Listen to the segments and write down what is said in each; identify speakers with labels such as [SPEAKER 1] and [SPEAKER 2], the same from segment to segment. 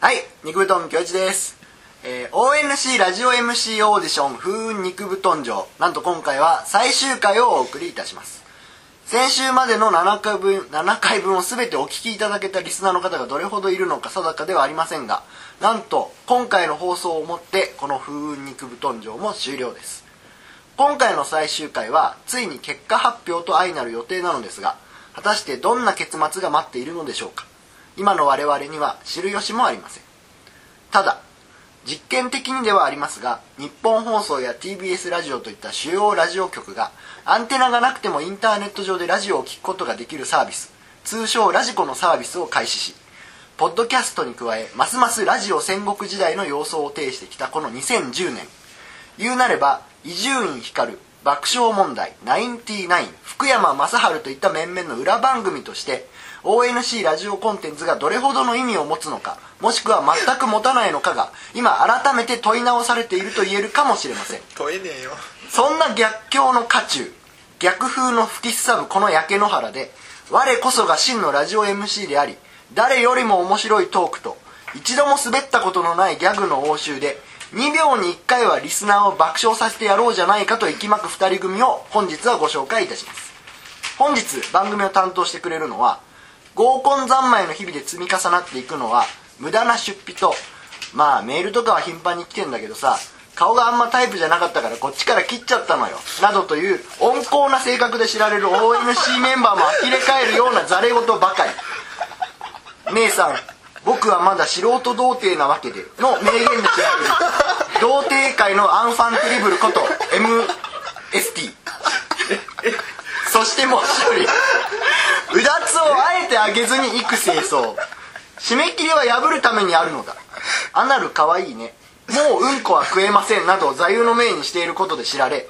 [SPEAKER 1] はい、肉布団京一です。えー、ONC ラジオ MC オーディション風雲肉布団城。なんと今回は最終回をお送りいたします。先週までの7回分、7回分を全てお聞きいただけたリスナーの方がどれほどいるのか定かではありませんが、なんと今回の放送をもってこの風雲肉布団城も終了です。今回の最終回はついに結果発表と相なる予定なのですが果たしてどんな結末が待っているのでしょうか今の我々には知る由もありませんただ実験的にではありますが日本放送や TBS ラジオといった主要ラジオ局がアンテナがなくてもインターネット上でラジオを聞くことができるサービス通称ラジコのサービスを開始しポッドキャストに加えますますラジオ戦国時代の様相を呈してきたこの2010年言うなれば伊集院光爆笑問題ナインティナイン福山雅治といった面々の裏番組として ONC ラジオコンテンツがどれほどの意味を持つのかもしくは全く持たないのかが今改めて問い直されていると言えるかもしれません
[SPEAKER 2] 問えねえよ
[SPEAKER 1] そんな逆境の渦中逆風の吹きすさぶこの焼け野原で我こそが真のラジオ MC であり誰よりも面白いトークと一度も滑ったことのないギャグの応酬で2秒に1回はリスナーを爆笑させてやろうじゃないかと息巻く2人組を本日はご紹介いたします本日番組を担当してくれるのは合コン三昧の日々で積み重なっていくのは無駄な出費とまあメールとかは頻繁に来てんだけどさ顔があんまタイプじゃなかったからこっちから切っちゃったのよなどという温厚な性格で知られる ONC メンバーも呆れ返るようなザレ言ばかり姉さん僕はまだ素人童貞なわけでの名言で知られる童貞界のアンファンテリブルこと MST そしてもう一人うだつをあえてあげずにいく清掃締め切りは破るためにあるのだアナルかわいいねもううんこは食えませんなどを座右の銘にしていることで知られ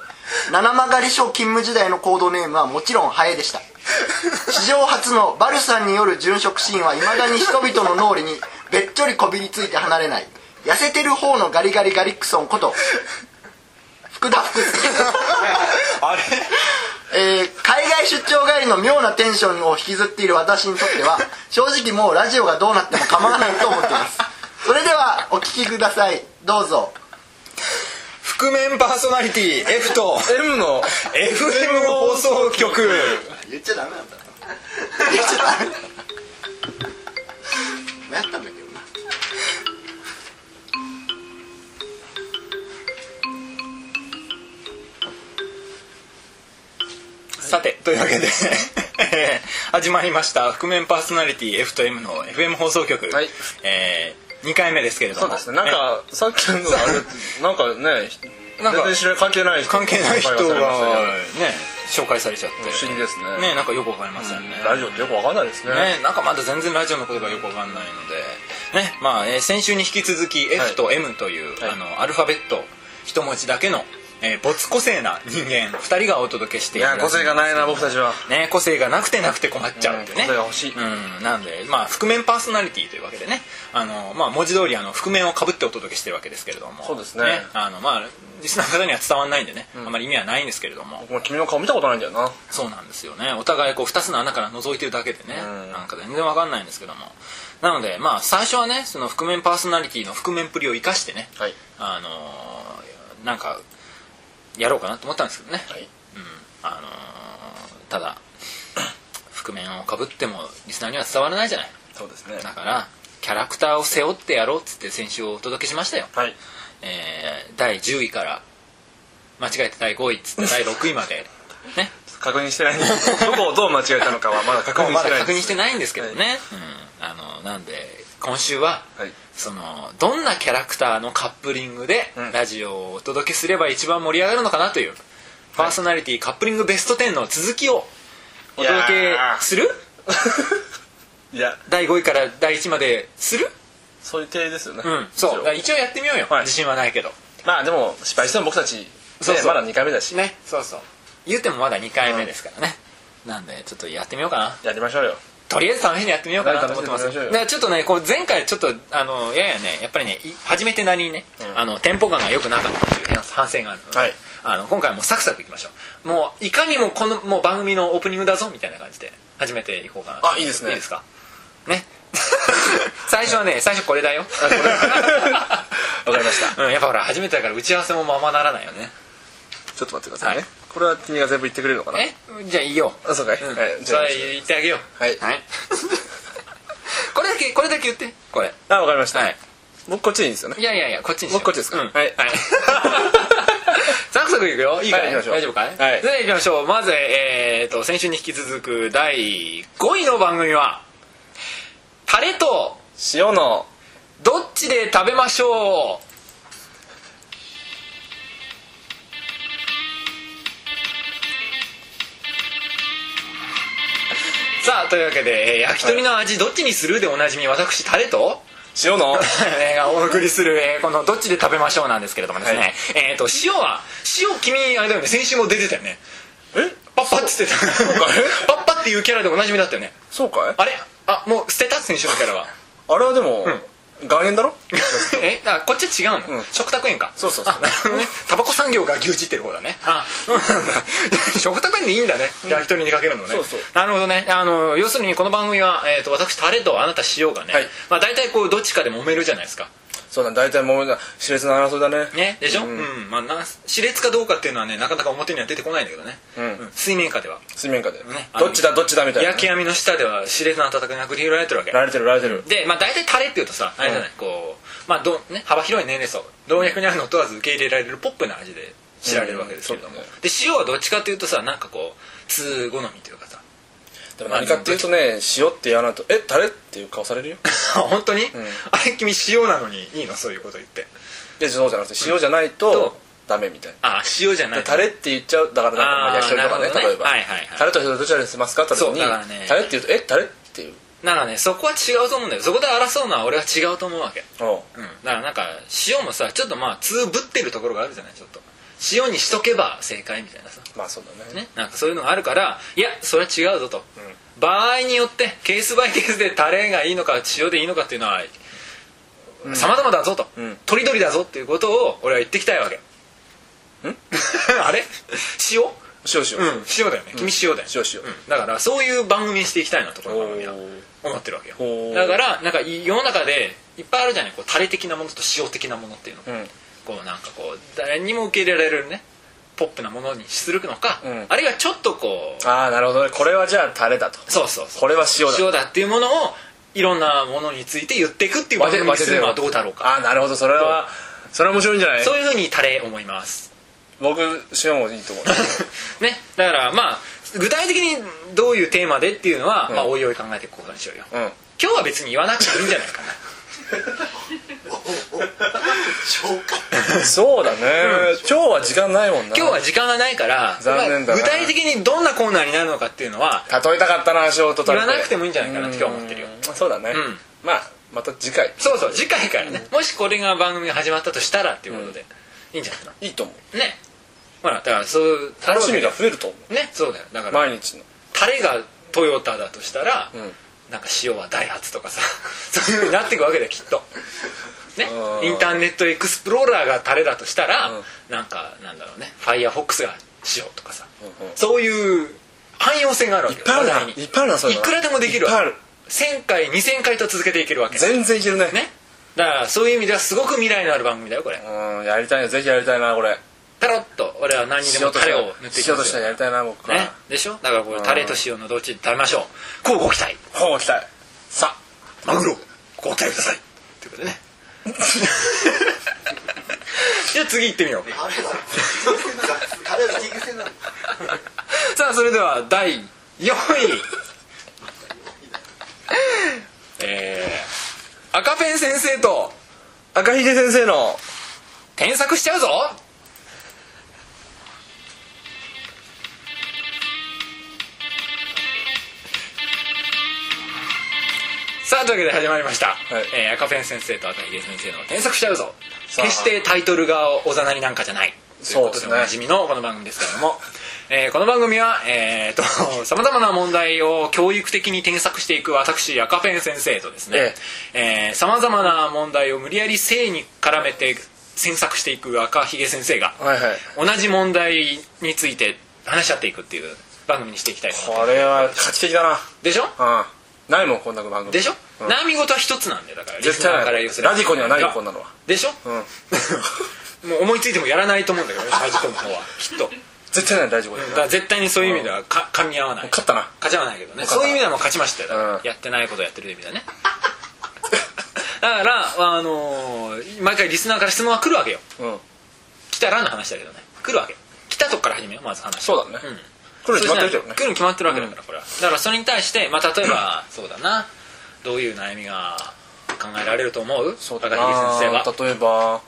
[SPEAKER 1] 七曲り署勤務時代のコードネームはもちろんハエでした史上初のバルさんによる殉職シーンはいまだに人々の脳裏にべっちょりこびりついて離れない痩せてる方のガリガリガリックソンこと福田福助
[SPEAKER 2] あれ
[SPEAKER 1] えー海外出張帰りの妙なテンションを引きずっている私にとっては正直もうラジオがどうなっても構わないと思っていますそれではお聞きくださいどうぞ
[SPEAKER 2] 覆面パーソナリティ F と M の FM 放送局
[SPEAKER 1] 言っちゃダメなんだ言っちゃダメなんだやったんだけどな
[SPEAKER 2] さてというわけ でえー始まりました覆面パーソナリティ F と M の FM 放送局、
[SPEAKER 3] はい
[SPEAKER 2] え2回目ですけれども
[SPEAKER 3] そうですね。なんか、さっきのあれ、なんかね、
[SPEAKER 2] なんか
[SPEAKER 3] 全然知らない関係ない人
[SPEAKER 2] 関係ない人が
[SPEAKER 3] 紹介
[SPEAKER 2] ね
[SPEAKER 3] されましたけど
[SPEAKER 2] 紹介されちゃって
[SPEAKER 3] 不思議ですね
[SPEAKER 2] ねなんかよくわかりませんね、
[SPEAKER 3] ラジオってよくわかんないですね。
[SPEAKER 2] ね、なんかまだ全然ラジオのことがよくわかんないので、ねまあえー先週に引き続き F と M という、
[SPEAKER 3] はい
[SPEAKER 2] あのアルファベット一文字だけの、えー没個性な人間2人がお届けして
[SPEAKER 3] い
[SPEAKER 2] いる
[SPEAKER 3] や、個性がないな、僕たちは。
[SPEAKER 2] ね、個性がなくてなくて困っちゃうってね、
[SPEAKER 3] うん個性が欲しい
[SPEAKER 2] うん、なんで、まあ、覆面パーソナリティというわけでねあの、まあ、文字通りあの覆面をかぶってお届けしてるわけですけれども
[SPEAKER 3] そうですね
[SPEAKER 2] あのまあリスナーの方には伝わらないんでね、あまり意味はないんですけれども
[SPEAKER 3] 僕も君の顔見たことないんだよな。
[SPEAKER 2] そうなんですよねお互いこう2つの穴から覗いてるだけでね、
[SPEAKER 3] うん
[SPEAKER 2] なんか全然わかんないんですけどもなのでまあ最初はねその覆面パーソナリティの覆面っぷりを生かしてね、
[SPEAKER 3] はい。
[SPEAKER 2] あのーなんかやろうかなと思ったんですけどね、
[SPEAKER 3] はい。
[SPEAKER 2] うんあのーただ 覆面をかぶってもリスナーには伝わらないじゃない
[SPEAKER 3] そうですね。
[SPEAKER 2] だからキャラクターを背負ってやろうっつって先週お届けしましたよ、
[SPEAKER 3] はい。
[SPEAKER 2] えー第10位から間違えて第5位っつって第6位までね
[SPEAKER 3] 確認してないんでどこをどう間違えたのかはまだ確認
[SPEAKER 2] ま
[SPEAKER 3] し
[SPEAKER 2] だ
[SPEAKER 3] てない
[SPEAKER 2] 確認
[SPEAKER 3] で
[SPEAKER 2] して
[SPEAKER 3] す。
[SPEAKER 2] ないんですけどね、うん、あのなんで今週は、
[SPEAKER 3] はい
[SPEAKER 2] そのどんなキャラクターのカップリングで
[SPEAKER 3] うん
[SPEAKER 2] ラジオをお届けすれば一番盛り上がるのかなという、パーソナリティカップリングベスト10の続きをお届
[SPEAKER 3] い
[SPEAKER 2] け
[SPEAKER 3] やー
[SPEAKER 2] する
[SPEAKER 3] いや、
[SPEAKER 2] 第5位から第1位までする
[SPEAKER 3] そういう体ですよね。
[SPEAKER 2] うんそうだから一応やってみようよ、
[SPEAKER 3] はい
[SPEAKER 2] 自信はないけど
[SPEAKER 3] まあでも、失敗しても僕たち、ね
[SPEAKER 2] そうそう
[SPEAKER 3] まだ2回目だし、
[SPEAKER 2] ねそうそう言うてもまだ2回目ですからね、なんでちょっとやってみようかな
[SPEAKER 3] やりましょうよ。
[SPEAKER 2] とりあえず試しにやってみようかなと思ってます
[SPEAKER 3] はい試してみましょうよ
[SPEAKER 2] だからちょっとねこう前回ちょっとあのややねやっぱりねい初めてなりにね、
[SPEAKER 3] うん
[SPEAKER 2] あのテンポ感が良くなかったという反省があるので、
[SPEAKER 3] はい
[SPEAKER 2] あの今回はもうサクサクいきましょうもういかにもこのもう番組のオープニングだぞみたいな感じで始めていこうかな
[SPEAKER 3] あいいですね
[SPEAKER 2] いいですかね 最初はね最初これだよ
[SPEAKER 3] わかりました
[SPEAKER 2] うんやっぱほら初めてだから打ち合わせもままならないよね
[SPEAKER 3] ちょっと待ってくださいね、
[SPEAKER 2] はい
[SPEAKER 3] これは君が全部言ってくれるのかな
[SPEAKER 2] えじゃあいいよ
[SPEAKER 3] あそうかい、
[SPEAKER 2] うん
[SPEAKER 3] はい
[SPEAKER 2] それは言ってあげよう
[SPEAKER 3] はい
[SPEAKER 2] はい これだけこれだけ言ってこれ
[SPEAKER 3] あわかりました、
[SPEAKER 2] はい
[SPEAKER 3] 僕こっちでいいんですよね
[SPEAKER 2] いやいやいやこっちにしよ
[SPEAKER 3] もうこっちですか
[SPEAKER 2] ん
[SPEAKER 3] はい
[SPEAKER 2] はいサクサクいくよいいか
[SPEAKER 3] はい
[SPEAKER 2] い
[SPEAKER 3] 行きましょう
[SPEAKER 2] 大丈夫かい
[SPEAKER 3] はい
[SPEAKER 2] それでは行きましょうまずえーと先週に引き続く第5位の番組はタレと
[SPEAKER 3] 塩の
[SPEAKER 2] どっちで食べましょうさあというわけで、えー焼き鳥の味どっちにするでおなじみ私タレと
[SPEAKER 3] 塩の
[SPEAKER 2] えーがお送りする、えーこの「どっちで食べましょう」なんですけれどもですね、
[SPEAKER 3] はい
[SPEAKER 2] えっ、と塩は塩君あれだよね先週も出てたよね
[SPEAKER 3] え
[SPEAKER 2] パッパッつってた パッパっていうキャラでおなじみだったよね
[SPEAKER 3] そうかい
[SPEAKER 2] あれあもう捨てた先週のキャラは
[SPEAKER 3] あれはでも、岩塩 だろ
[SPEAKER 2] えあこっちは違うの、
[SPEAKER 3] うん
[SPEAKER 2] 食卓園か
[SPEAKER 3] そうそうそう
[SPEAKER 2] あなるほどねタバコ産業が牛耳ってる方だねあ 食卓園でいいんだね焼き鳥にかけるのね、
[SPEAKER 3] そうそう
[SPEAKER 2] なるほどねあの要するにこの番組は、えー、と私タレとあなた塩がね、
[SPEAKER 3] はい
[SPEAKER 2] まあ、大体こうどっちかで揉めるじゃないですか
[SPEAKER 3] そうだ大体もめだ熾烈な争いだね
[SPEAKER 2] ねでしょ、
[SPEAKER 3] う
[SPEAKER 2] うんんまあ、な熾烈かどうかっていうのはねなかなか表には出てこないんだけどね、
[SPEAKER 3] うん
[SPEAKER 2] ん水面下では
[SPEAKER 3] 水面下で、
[SPEAKER 2] ね
[SPEAKER 3] どっちだどっちだみたいな
[SPEAKER 2] 焼き網の下では熾烈な戦いが繰り広げられてるわけ
[SPEAKER 3] られてるられてる
[SPEAKER 2] で、まあ、大体タレっていうとさあれじゃない、こう、まあどね、幅広い年齢層老若にあるのを問わず受け入れられるポップな味で知られるわけですけれども、
[SPEAKER 3] うんそうだ
[SPEAKER 2] で塩はどっちかっていうとさなんかこう通好みというかさ
[SPEAKER 3] でも何かっていうとね塩って言わないとえタレっていう顔されるよ
[SPEAKER 2] 本当に、あれ君塩なのにいいのそういうこと言って
[SPEAKER 3] でそうじゃなくて塩じゃないとダメみたいな
[SPEAKER 2] ああ塩じゃない
[SPEAKER 3] タレって言っちゃうだからなんかまあ
[SPEAKER 2] あー
[SPEAKER 3] 焼き鳥とかね
[SPEAKER 2] なるほどね
[SPEAKER 3] 例えば、
[SPEAKER 2] はいはいはい
[SPEAKER 3] タレと塩どちらにしますかって言った時
[SPEAKER 2] そうだから
[SPEAKER 3] に、
[SPEAKER 2] ね
[SPEAKER 3] タレって言うとえタレっていう
[SPEAKER 2] だからねそこは違うと思うんだよそこで争うのは俺は違うと思うわけ
[SPEAKER 3] おう
[SPEAKER 2] うん、だからなんか塩もさちょっとまあ通ぶってるところがあるじゃないちょっと塩にしとけば正解みたいなさ、
[SPEAKER 3] まあそうだね
[SPEAKER 2] ね、なんかそういうのがあるからいやそれは違うぞと、場合によってケースバイケースでタレがいいのか塩でいいのかっていうのは様々だぞと、
[SPEAKER 3] うん
[SPEAKER 2] とりどりだぞっていうことを俺は言ってきたいわけ
[SPEAKER 3] ん
[SPEAKER 2] あれ塩
[SPEAKER 3] 塩塩、
[SPEAKER 2] うん塩だよね君塩だよ、
[SPEAKER 3] 塩塩、
[SPEAKER 2] うんだからそういう番組にしていきたいなとこの番組は
[SPEAKER 3] おー
[SPEAKER 2] 思ってるわけ
[SPEAKER 3] ほ
[SPEAKER 2] よ
[SPEAKER 3] う
[SPEAKER 2] だからなんかい世の中でいっぱいあるじゃないこうタレ的なものと塩的なものっていうの、
[SPEAKER 3] うん
[SPEAKER 2] こうなんかこう誰にも受け入れられるねポップなものにするのか、
[SPEAKER 3] うん
[SPEAKER 2] あるいはちょっとこう
[SPEAKER 3] ああなるほどねこれはじゃあタレだと
[SPEAKER 2] そうそうそう
[SPEAKER 3] これは塩だ
[SPEAKER 2] 塩だっていうものをいろんなものについて言っていく っていう番組にするのはどうだろうか
[SPEAKER 3] ああーなるほどそれはそれは面白いんじゃない
[SPEAKER 2] そういうふうにタレ思います
[SPEAKER 3] 僕塩もいい と思う
[SPEAKER 2] ねだからまあ具体的にどういうテーマでっていうのは、
[SPEAKER 3] うん
[SPEAKER 2] まあおいおい考えていくことにしようよ、
[SPEAKER 3] うん
[SPEAKER 2] 今日は別に言わなくてもいいんじゃない かな
[SPEAKER 1] 消化
[SPEAKER 3] そうだね、今日は時間ないもんな
[SPEAKER 2] 今日は時間がないから
[SPEAKER 3] 残念だな
[SPEAKER 2] 具体的にどんなコーナーになるのかっていうのは
[SPEAKER 3] 例えたかったな塩とタレ
[SPEAKER 2] 言わなくてもいいんじゃないかなって今日は思ってるよ
[SPEAKER 3] うんそうだね、
[SPEAKER 2] うん
[SPEAKER 3] まあまた次回
[SPEAKER 2] そうそう次回からね、もしこれが番組が始まったとしたらっていうことで、いいんじゃないか
[SPEAKER 3] いいと思う
[SPEAKER 2] なねほらだからそう
[SPEAKER 3] 楽しみが増えると思う
[SPEAKER 2] ねそうだよだから
[SPEAKER 3] 毎日の
[SPEAKER 2] タレがトヨタだとしたら、
[SPEAKER 3] ん
[SPEAKER 2] なんか塩はダイハツとかさ そういう風になっていくわけだよきっ とね
[SPEAKER 3] うん
[SPEAKER 2] インターネットエクスプローラーがタレだとしたら、
[SPEAKER 3] うん
[SPEAKER 2] なんかなんだろうねファイアフォックスが塩とかさ、
[SPEAKER 3] うんうん
[SPEAKER 2] そういう汎用性があるわけ
[SPEAKER 3] いっぱいあるな
[SPEAKER 2] 話題に
[SPEAKER 3] いっぱいあるなそういう
[SPEAKER 2] い
[SPEAKER 3] の
[SPEAKER 2] くらでもできるわ
[SPEAKER 3] いっぱいある
[SPEAKER 2] 1000回2000回と続けていけるわけ
[SPEAKER 3] 全然いけるね
[SPEAKER 2] ねだからそういう意味ではすごく未来のある番組だよこれ
[SPEAKER 3] うんやりたいなぜひやりたいなこれ
[SPEAKER 2] ペロッと俺は何にでもタレを塗っていき
[SPEAKER 3] 塩
[SPEAKER 2] ま
[SPEAKER 3] とし
[SPEAKER 2] す
[SPEAKER 3] た
[SPEAKER 2] よ
[SPEAKER 3] らやりたいな僕は、
[SPEAKER 2] ねでしょだからこれタレと塩のどっちで食べましょうこうご期待
[SPEAKER 3] ほう来たい
[SPEAKER 2] さあマグロご期待くださいということでね じゃあ次行ってみよう
[SPEAKER 1] あれだ彼の気癖なの
[SPEAKER 2] さあそれでは第4位えー、赤ペン先生と
[SPEAKER 3] 赤ひげ先生の
[SPEAKER 2] 添削しちゃうぞさあというわけで始まりました、
[SPEAKER 3] い
[SPEAKER 2] えー赤ペン先生と赤ひげ先生の添削しちゃうぞ
[SPEAKER 3] さあ
[SPEAKER 2] 決してタイトルがおざなりなんかじゃないということで
[SPEAKER 3] そうです
[SPEAKER 2] お
[SPEAKER 3] ね
[SPEAKER 2] なじみのこの番組ですけれども、えーこの番組は さまざまな問題を教育的に添削していく私赤ペン先生とですね
[SPEAKER 3] え
[SPEAKER 2] さまざまな問題を無理やり性に絡めて詮索していく赤ひげ先生が
[SPEAKER 3] はいはい
[SPEAKER 2] 同じ問題について話し合っていくっていう番組にしていきたいと思いま
[SPEAKER 3] これは画期的だ
[SPEAKER 2] すでしょ
[SPEAKER 3] なうんないもんこんな番組
[SPEAKER 2] でしょ、
[SPEAKER 3] うん
[SPEAKER 2] 悩み事は一つなんだよだからリ
[SPEAKER 3] 絶対
[SPEAKER 2] スナーから
[SPEAKER 3] ない
[SPEAKER 2] 言うすれば
[SPEAKER 3] ラジコにはないよこんなのは
[SPEAKER 2] でしょ、
[SPEAKER 3] うん
[SPEAKER 2] もう思いついてもやらないと思うんだけどラジコの方は きっと
[SPEAKER 3] 絶対ない大丈夫
[SPEAKER 2] だから絶対にそういう意味ではか噛み合わない
[SPEAKER 3] 勝ったな
[SPEAKER 2] 勝ちはないけどね
[SPEAKER 3] 勝
[SPEAKER 2] そ
[SPEAKER 3] った
[SPEAKER 2] ういう意味ではもう勝ちましたよ、だから
[SPEAKER 3] うん
[SPEAKER 2] やってないことをやってる意味だね だからあのー毎回リスナーから質問が来るわけよ
[SPEAKER 3] うん
[SPEAKER 2] 来たらの話だけどね来るわけ来たとこから始めようまず話
[SPEAKER 3] そうだね
[SPEAKER 2] ん
[SPEAKER 3] これ決まってるけど
[SPEAKER 2] そうしないと
[SPEAKER 3] ね
[SPEAKER 2] 来るに決まってるわけだから、これはだからそれに対して、まあ、例えば そうだなどういう悩みが考えられると思う
[SPEAKER 3] そうだ
[SPEAKER 2] 高
[SPEAKER 3] な
[SPEAKER 2] 木先生は
[SPEAKER 3] 例えば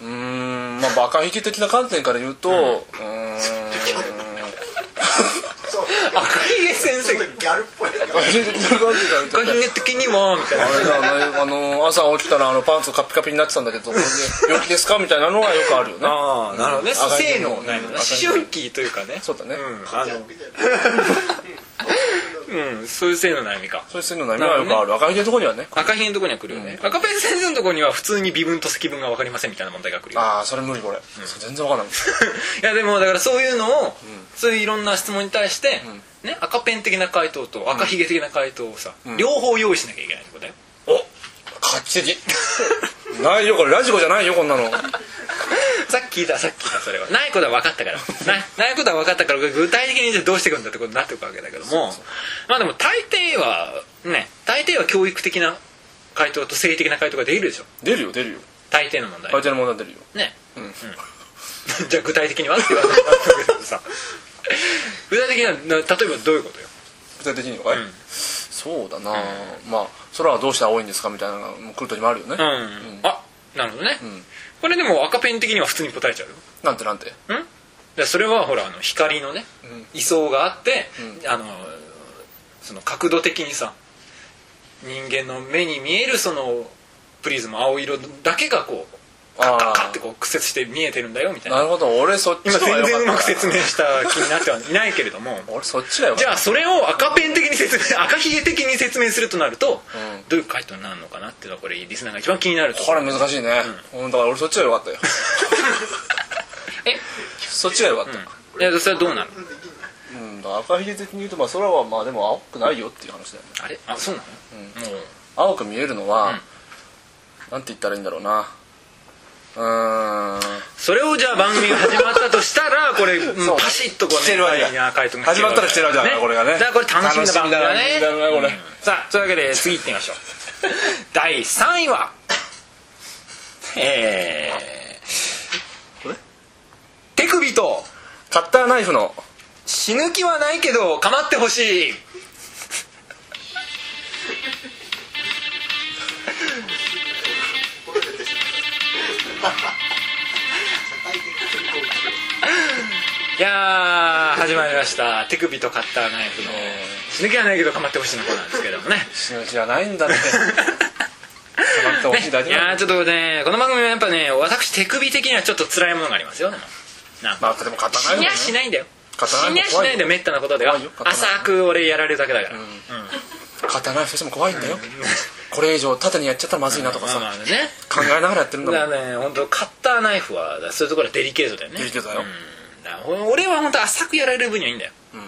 [SPEAKER 3] うーんまあバカ引き的な観点から言うとうーん
[SPEAKER 1] そう
[SPEAKER 2] 赤ひげ先生
[SPEAKER 1] ちょっとギャルっぽいな
[SPEAKER 3] バカ引き的な観点から言うと
[SPEAKER 2] 赤ひげ的にもみたいな
[SPEAKER 3] あれだねあの朝起きたらあのパンツカピカピになってたんだけどこれで病気ですかみたいなのはよくあるよね
[SPEAKER 2] ああなるほどね
[SPEAKER 3] 赤ひげ
[SPEAKER 2] 性のないのね
[SPEAKER 3] 赤ひげ
[SPEAKER 2] 思春期というかね
[SPEAKER 3] そうだね
[SPEAKER 2] うんあの うんそういう性の悩みか
[SPEAKER 3] そういう性の悩みはよくある赤ひげのとこにはね
[SPEAKER 2] 赤ひげのとこには来るよね、赤ペン先生のとこには普通に微分と積分が分かりませんみたいな問題が来るよ
[SPEAKER 3] ああそれ無理これそれ全然わかんない
[SPEAKER 2] いやでもだからそういうのを、そういういろんな質問に対して、ね、赤ペン的な回答と赤ひげ的な回答をさ、両方用意しなきゃいけないってことだよ
[SPEAKER 3] お画期的 ないよこれラジコじゃないよこんなの
[SPEAKER 2] さっき聞いたさっき聞いたそれはないことは分かったからないないことは分かったから具体的にじゃあどうしていくんだってことになっていくわけだけどもまあでも大抵はね大抵は教育的な回答と性的な回答ができるでしょ
[SPEAKER 3] 出るよ出るよ
[SPEAKER 2] 大抵の問題
[SPEAKER 3] 相手の問題出るよ
[SPEAKER 2] ね
[SPEAKER 3] うん
[SPEAKER 2] じゃあ具体的にはって言われたんだけどさ具体的にはな例えばどういうことよ
[SPEAKER 3] 具体的にはねそうだなまあ空はどうしたら多いんですかみたいなのがもう来る時もあるよね
[SPEAKER 2] うん、あなるほどね、これでも赤ペン的には普通に答えちゃうよ
[SPEAKER 3] なんてなんて
[SPEAKER 2] うんでそれはほらあの光のね、位相があって、あのその角度的にさ人間の目に見えるそのプリズム青色だけがこうカッカッカッってこう屈折して見えてるんだよみたいな
[SPEAKER 3] なるほど俺そっち
[SPEAKER 2] 今
[SPEAKER 3] の方
[SPEAKER 2] 全
[SPEAKER 3] が良かった
[SPEAKER 2] 然うまく説明した気になってはいないけれど も
[SPEAKER 3] 俺そっちがよか
[SPEAKER 2] じ
[SPEAKER 3] っ
[SPEAKER 2] ゃあそれを赤ペン的に説明赤ひげ的に説明するとなると、
[SPEAKER 3] うん
[SPEAKER 2] どういう回答になるのかなっていうのはこれリスナーが一番気になると
[SPEAKER 3] た
[SPEAKER 2] こ
[SPEAKER 3] こ
[SPEAKER 2] ろ
[SPEAKER 3] れ難しいねうんだから俺そっちがよかったよ
[SPEAKER 2] え
[SPEAKER 3] そっちがよかった
[SPEAKER 2] いやそれはどうなの
[SPEAKER 3] うんだから赤ひげ的に言うとまあ空はまあでも青くないよっていう話だよね
[SPEAKER 2] あれあそうなの、もう
[SPEAKER 3] 青く見えるのは
[SPEAKER 2] ん
[SPEAKER 3] なんて言ったらいいんだろうなうーん
[SPEAKER 2] それをじゃあ番組が始まったとしたらこれうん
[SPEAKER 3] そう
[SPEAKER 2] パシッとこう
[SPEAKER 3] 来てるわけだ
[SPEAKER 2] いや回答が
[SPEAKER 3] 始まったら来てるわけだからこれがね
[SPEAKER 2] だからこれ楽しみな番組だね
[SPEAKER 3] 楽しみだなこれ
[SPEAKER 2] うんさあというわけで次行ってみまし ょう第3位は え
[SPEAKER 1] これ
[SPEAKER 2] ー手首と
[SPEAKER 3] カッターナイフの
[SPEAKER 2] 死ぬ気はないけど構ってほしいいやー始まりました手首とカッターナイフの死ぬ気はないけど構ってほしいの方なんですけども ね
[SPEAKER 3] 死ぬ気じゃないんだって黙ってほしいだ
[SPEAKER 2] ね、い
[SPEAKER 3] けだ
[SPEAKER 2] やーちょっとねこの番組はやっぱね私手首的にはちょっと辛いものがありますよでもなんか
[SPEAKER 3] まあでもカッターナイ
[SPEAKER 2] 死
[SPEAKER 3] フ
[SPEAKER 2] に
[SPEAKER 3] ね
[SPEAKER 2] ゃしないんだよ
[SPEAKER 3] カッター
[SPEAKER 2] 死
[SPEAKER 3] ナイフ
[SPEAKER 2] にゃしないんだよめったなことだよ
[SPEAKER 3] 怖いよ刀
[SPEAKER 2] 浅く俺やられるだけだから、
[SPEAKER 3] カッターナイフとしても怖いんだよこれ以上縦にやっちゃったらまずいなとか
[SPEAKER 2] まあま
[SPEAKER 3] さ
[SPEAKER 2] あね
[SPEAKER 3] 考えながらやってるん
[SPEAKER 2] だ
[SPEAKER 3] だも
[SPEAKER 2] か
[SPEAKER 3] ん
[SPEAKER 2] らね本当カッターナイフはそういうところはデリケートだよね
[SPEAKER 3] デリケートだよ
[SPEAKER 2] うんだから俺は本当浅くやられる分にはいいんだよ、うん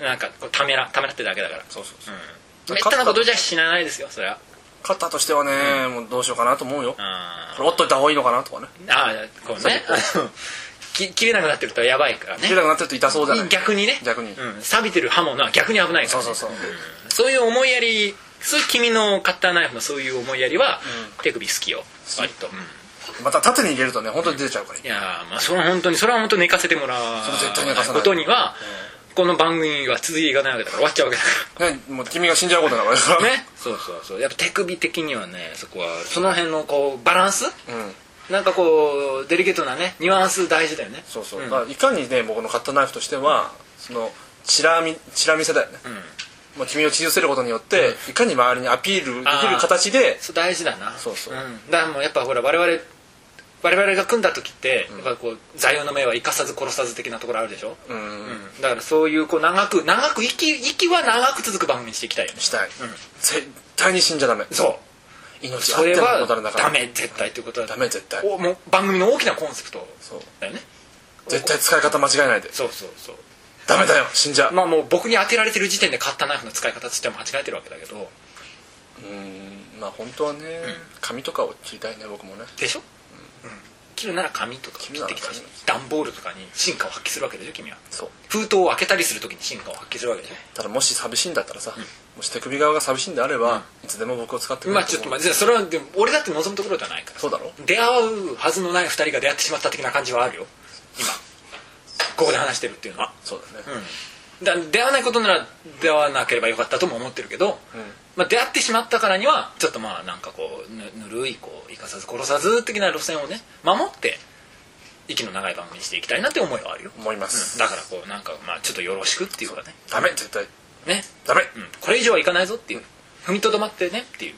[SPEAKER 2] なんかこうためらためらってるだけだから
[SPEAKER 3] そうそうそう
[SPEAKER 2] めったなことじゃ死なないですよそれは
[SPEAKER 3] カッターとしてはねもうどうしようかなと思うよ
[SPEAKER 2] うんあ
[SPEAKER 3] これ折っといた方がいいのかなとかね
[SPEAKER 2] あこうね き切れなくなってるとやばいからね
[SPEAKER 3] 切れなくなってると痛そうじゃない
[SPEAKER 2] 逆にね
[SPEAKER 3] 逆に
[SPEAKER 2] うん、錆びてる刃物は逆に危ないか
[SPEAKER 3] そ
[SPEAKER 2] ら
[SPEAKER 3] うそうそう
[SPEAKER 2] そういう思いやりそういう君のカッターナイフのそういう思いやりは、手首好きよ割と、うん
[SPEAKER 3] また縦に入れるとね本当に出ちゃうから
[SPEAKER 2] いやーまあそれは本当にそれは本当に寝かせてもら
[SPEAKER 3] そうれ絶対寝かさな
[SPEAKER 2] こ
[SPEAKER 3] い
[SPEAKER 2] とには、この番組は続いていかないわけだから終わっちゃうわけだか
[SPEAKER 3] ねもう君が死んじゃうことだから
[SPEAKER 2] らねそうそうそうやっぱ手首的にはねそこはその辺のこうバランス
[SPEAKER 3] うん
[SPEAKER 2] なんかこうデリケートなねニュアンス大事だよね
[SPEAKER 3] そうそううんだからいかにね僕のカッターナイフとしてはそのチラ見チラ見せだよねまあ君を傷つけることによっていかに周りにアピールできる形で
[SPEAKER 2] そう大事だな、
[SPEAKER 3] そうそうん
[SPEAKER 2] だからもうやっぱほら我々我々が組んだ時って、やっぱこう座右の銘は生かさず殺さず的なところあるでしょ、
[SPEAKER 3] う
[SPEAKER 2] うんんだからそういうこう長く長く息息は長く続く番組にしていきたいよね
[SPEAKER 3] したい
[SPEAKER 2] うん
[SPEAKER 3] 絶対に死んじゃダメ
[SPEAKER 2] そう
[SPEAKER 3] 命あっ
[SPEAKER 2] そ
[SPEAKER 3] て
[SPEAKER 2] れ
[SPEAKER 3] の
[SPEAKER 2] は
[SPEAKER 3] もたれだから
[SPEAKER 2] ダメ絶対ということだ
[SPEAKER 3] ダメ絶対
[SPEAKER 2] おもう番組の大きなコンセプト
[SPEAKER 3] そう
[SPEAKER 2] だよね
[SPEAKER 3] 絶対使い方間違えないで
[SPEAKER 2] そうそうそう
[SPEAKER 3] ダメだよ死んじゃう
[SPEAKER 2] まあもう僕に当てられてる時点で買ったナイフの使い方っつっても間違えてるわけだけど
[SPEAKER 3] まあ本当はね、髪とかを切りたいね僕もね
[SPEAKER 2] でしょ、うん切るなら紙とか切ってきたり
[SPEAKER 3] 切るなら
[SPEAKER 2] 段ボールとかに進化を発揮するわけでしょ君は
[SPEAKER 3] そう
[SPEAKER 2] 封筒を開けたりするときに進化を発揮するわけでしょ
[SPEAKER 3] ただもし寂しいんだったらさ、もし手首側が寂しいんであれば、いつでも僕を使ってくれ
[SPEAKER 2] ま
[SPEAKER 3] る
[SPEAKER 2] あちょっと
[SPEAKER 3] 思う
[SPEAKER 2] まあそれはでも俺だって望むところじゃないから
[SPEAKER 3] そうだろ
[SPEAKER 2] 出会うはずのない2人が出会ってしまった的な感じはあるよ今ここで話してるっていうのは
[SPEAKER 3] そうだね、
[SPEAKER 2] うんだ出会わないことなら出会わなければよかったとも思ってるけど、まあ、出会ってしまったからにはちょっとまあなんかこうぬぬるいこう生かさず殺さず的な路線をね守って息の長い番組にしていきたいなって思いはあるよ、
[SPEAKER 3] 思いま
[SPEAKER 2] うん
[SPEAKER 3] す、
[SPEAKER 2] だからこうなんかまあちょっとよろしくっていうかね
[SPEAKER 3] ダメ絶対
[SPEAKER 2] ね
[SPEAKER 3] ダメ、
[SPEAKER 2] うん、これ以上はいかないぞっていう踏みとどまってねっていう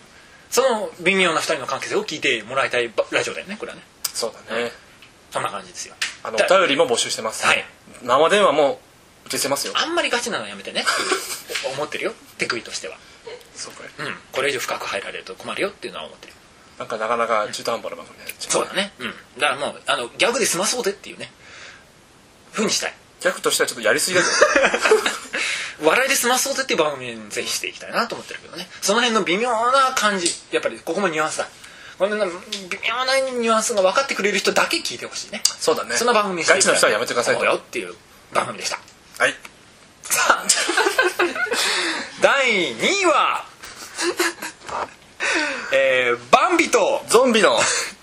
[SPEAKER 2] その微妙な2人の関係性を聞いてもらいたいばラジオだよねこれはね
[SPEAKER 3] そうだね、
[SPEAKER 2] そんな感じですよ
[SPEAKER 3] あの
[SPEAKER 2] だ
[SPEAKER 3] お便りも募集してます、
[SPEAKER 2] はい
[SPEAKER 3] 生電話も受け付けますよ
[SPEAKER 2] あんまりガチなのやめてね っていう思ってるよ手首としては
[SPEAKER 3] そうかい
[SPEAKER 2] うんこれ以上深く入られると困るよっていうのは思ってる
[SPEAKER 3] なんかなかなか中途半端な番組ね、
[SPEAKER 2] そうだねうんだからもうあのギャグで済まそうでっていうねふうにしたい
[SPEAKER 3] 逆としてはちょっとやりすぎだぞ
[SPEAKER 2] 笑いで済まそうぜっていう番組にぜひしていきたいなと思ってるけどねその辺の微妙な感じやっぱりここもニュアンスだこの微妙なニュアンスが分かってくれる人だけ聞いてほしいね
[SPEAKER 3] そうだね
[SPEAKER 2] そんな番組にして
[SPEAKER 3] ガチの人はやめてください
[SPEAKER 2] そう
[SPEAKER 3] と
[SPEAKER 2] よっていう番組でした
[SPEAKER 3] はい
[SPEAKER 2] さあ第2位はえー、バンビと
[SPEAKER 3] ゾンビの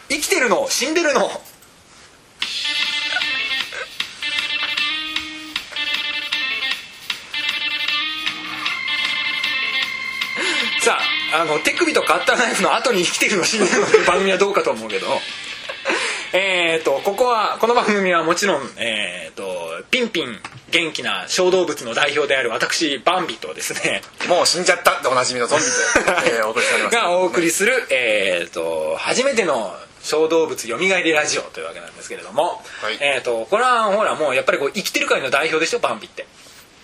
[SPEAKER 2] 生きてるの死んでるのさああの手首とカッターナイフの後に生きてるの死んでるのっていう番組はどうかと思うけど えーとここはこの番組はもちろん、えー、とピンピン元気な小動物の代表である私バンビとですね
[SPEAKER 3] もう死んじゃったでおなじみのゾンビ で、えーお送りしております
[SPEAKER 2] がお送りする、えー、と初めての小動物よみがえりラジオというわけなんですけれども、
[SPEAKER 3] はい
[SPEAKER 2] えー、とこれはほらもうやっぱりこう生きてる界の代表でしょバンビって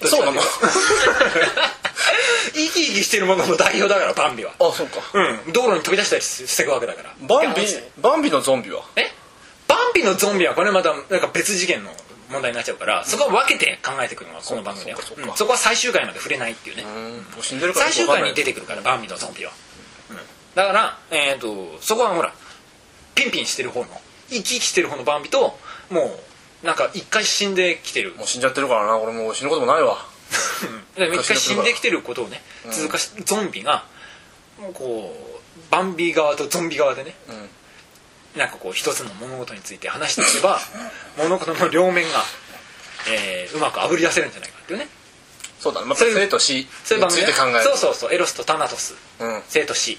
[SPEAKER 3] そうなの
[SPEAKER 2] どっちかって いうと生き生きしてるものの代表だからバンビは
[SPEAKER 3] あそうか
[SPEAKER 2] うん道路に飛び出したりしていくわけだから
[SPEAKER 3] バンビ
[SPEAKER 2] ガチで
[SPEAKER 3] バンビのゾンビは
[SPEAKER 2] えバンビのゾンビはこれまたなんか別次元の問題になっちゃうからそこは分けて考えていくのがこの番組では
[SPEAKER 3] そうかそうか
[SPEAKER 2] うんそこは最終回まで触れないっていうね
[SPEAKER 3] うん死んでるから
[SPEAKER 2] 最終回に出て
[SPEAKER 3] て
[SPEAKER 2] くるからバンビのゾンビは、うんだから、えー、とそこはほらピンピンしてる方の生き生きしてる方のバンビともうなんか一回死んできてる
[SPEAKER 3] もう死んじゃってるからな俺もう死ぬこともないわ
[SPEAKER 2] で一回死んできてることをね通過しゾンビがもうこうバンビ側とゾンビ側でね、なんかこう一つの物事について話していけば 物事の両面が、えーうまくあぶり出せるんじゃないかっていうね
[SPEAKER 3] そうだねまあ
[SPEAKER 2] そういう
[SPEAKER 3] 生と死につ
[SPEAKER 2] そういう番組
[SPEAKER 3] い
[SPEAKER 2] ね
[SPEAKER 3] て考える
[SPEAKER 2] そうそうそうエロスとタナトス、
[SPEAKER 3] うん
[SPEAKER 2] 生と死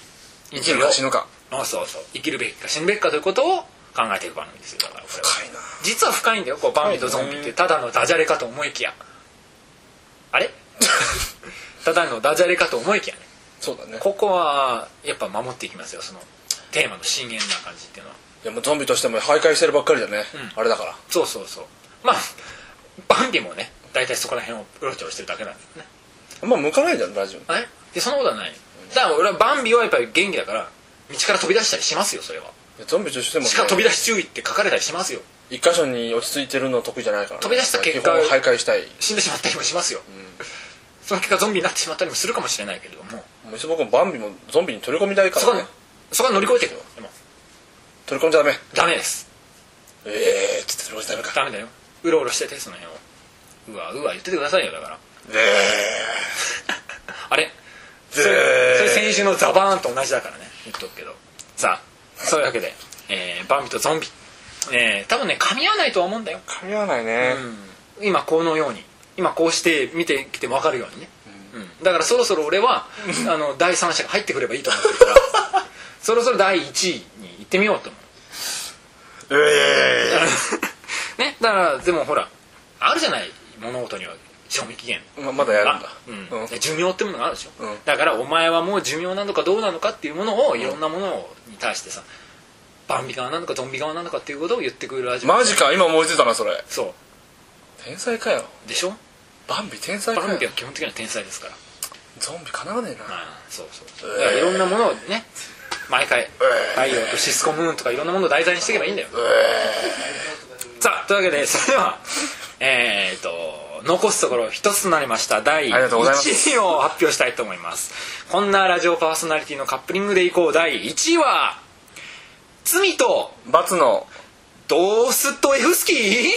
[SPEAKER 2] 生
[SPEAKER 3] 生きるか死ぬか
[SPEAKER 2] あそうそう生きるべきか死ぬべきかということを考えていく番組ですよだからこれは
[SPEAKER 3] 深いな
[SPEAKER 2] 実は深いんだよこうバンビとゾンビってただのダジャレかと思いきやあれ ただのダジャレかと思いきやね
[SPEAKER 3] そうだね
[SPEAKER 2] ここはやっぱ守っていきますよそのテーマの深淵な感じっていうのはい
[SPEAKER 3] やもうゾンビとしても徘徊してるばっかりだねあれだから
[SPEAKER 2] そうそうそうまあバンビもね大体そこら辺をうろちょろしてるだけなんですね
[SPEAKER 3] あんま向かないじゃんラジオに
[SPEAKER 2] えでそんなことはないだから俺はバンビはやっぱり元気だから道から飛び出したりしますよそれはい
[SPEAKER 3] やゾンビとしてもね
[SPEAKER 2] しかも飛び出し注意って書かれたりしますよ
[SPEAKER 3] 一箇所に落ち着いてるの得意じゃないからね
[SPEAKER 2] 飛び出した結果
[SPEAKER 3] 基本徘徊したい
[SPEAKER 2] 死んでしまったりもしますよ、その結果ゾンビになってしまったりもするかもしれないけれども
[SPEAKER 3] もういっそ僕もバンビもゾンビに取り込みたいか
[SPEAKER 2] そこ
[SPEAKER 3] ら
[SPEAKER 2] は
[SPEAKER 3] ね
[SPEAKER 2] そこは乗り越えていくよでも
[SPEAKER 3] 取り込んじゃダメ
[SPEAKER 2] ダメです
[SPEAKER 3] ええー、ちょっと取り込んじゃダメか
[SPEAKER 2] ダメだようろうろしててその辺をうわうわ言っててくださいよだから
[SPEAKER 3] え
[SPEAKER 2] あれ
[SPEAKER 3] ー、
[SPEAKER 2] それそれ
[SPEAKER 3] え
[SPEAKER 2] 先週のザバーンと同じだからね言っとくけどさあそういうわけで、えーバンビとゾンビえー多分ね噛み合わないとは思うんだよ
[SPEAKER 3] ー、噛み合わないね、
[SPEAKER 2] うん今このように今こうして見てきても分かるようにね、うんだからそろそろ俺はあの第三者が入ってくればいいと思ってる からそろそろ第1位に行ってみようと思
[SPEAKER 3] え
[SPEAKER 2] う ねだからでもほらあるじゃない物事には賞味期限
[SPEAKER 3] えー、ままだやるんだ
[SPEAKER 2] あうん
[SPEAKER 3] うん
[SPEAKER 2] 寿命ってものがあるでしょ、
[SPEAKER 3] うん
[SPEAKER 2] だからお前はもう寿命なのかどうなのかっていうものをいろんなものに対してさバンビ側なのかゾンビ側なのかっていうことを言ってくるラジオ、
[SPEAKER 3] マジか今思いついたなそれ
[SPEAKER 2] そ
[SPEAKER 3] 天才かよ
[SPEAKER 2] うでしょ
[SPEAKER 3] バンビ天才かよ
[SPEAKER 2] バンビは基本的には天才ですから
[SPEAKER 3] ゾンビかなわねえな、
[SPEAKER 2] そうそう
[SPEAKER 3] えー
[SPEAKER 2] だからいろんなものをね毎回太陽とシスコムーンとかいろんなものを題材にしていけばいいんだよさあというわけでそれではえー、っと残すところ一つとなりました第
[SPEAKER 3] ありがとうございます
[SPEAKER 2] 1位を発表したいと思いますこんなラジオパーソナリティのカップリングでいこう第1位は罪と
[SPEAKER 3] 罰の
[SPEAKER 2] ドーストエフスキー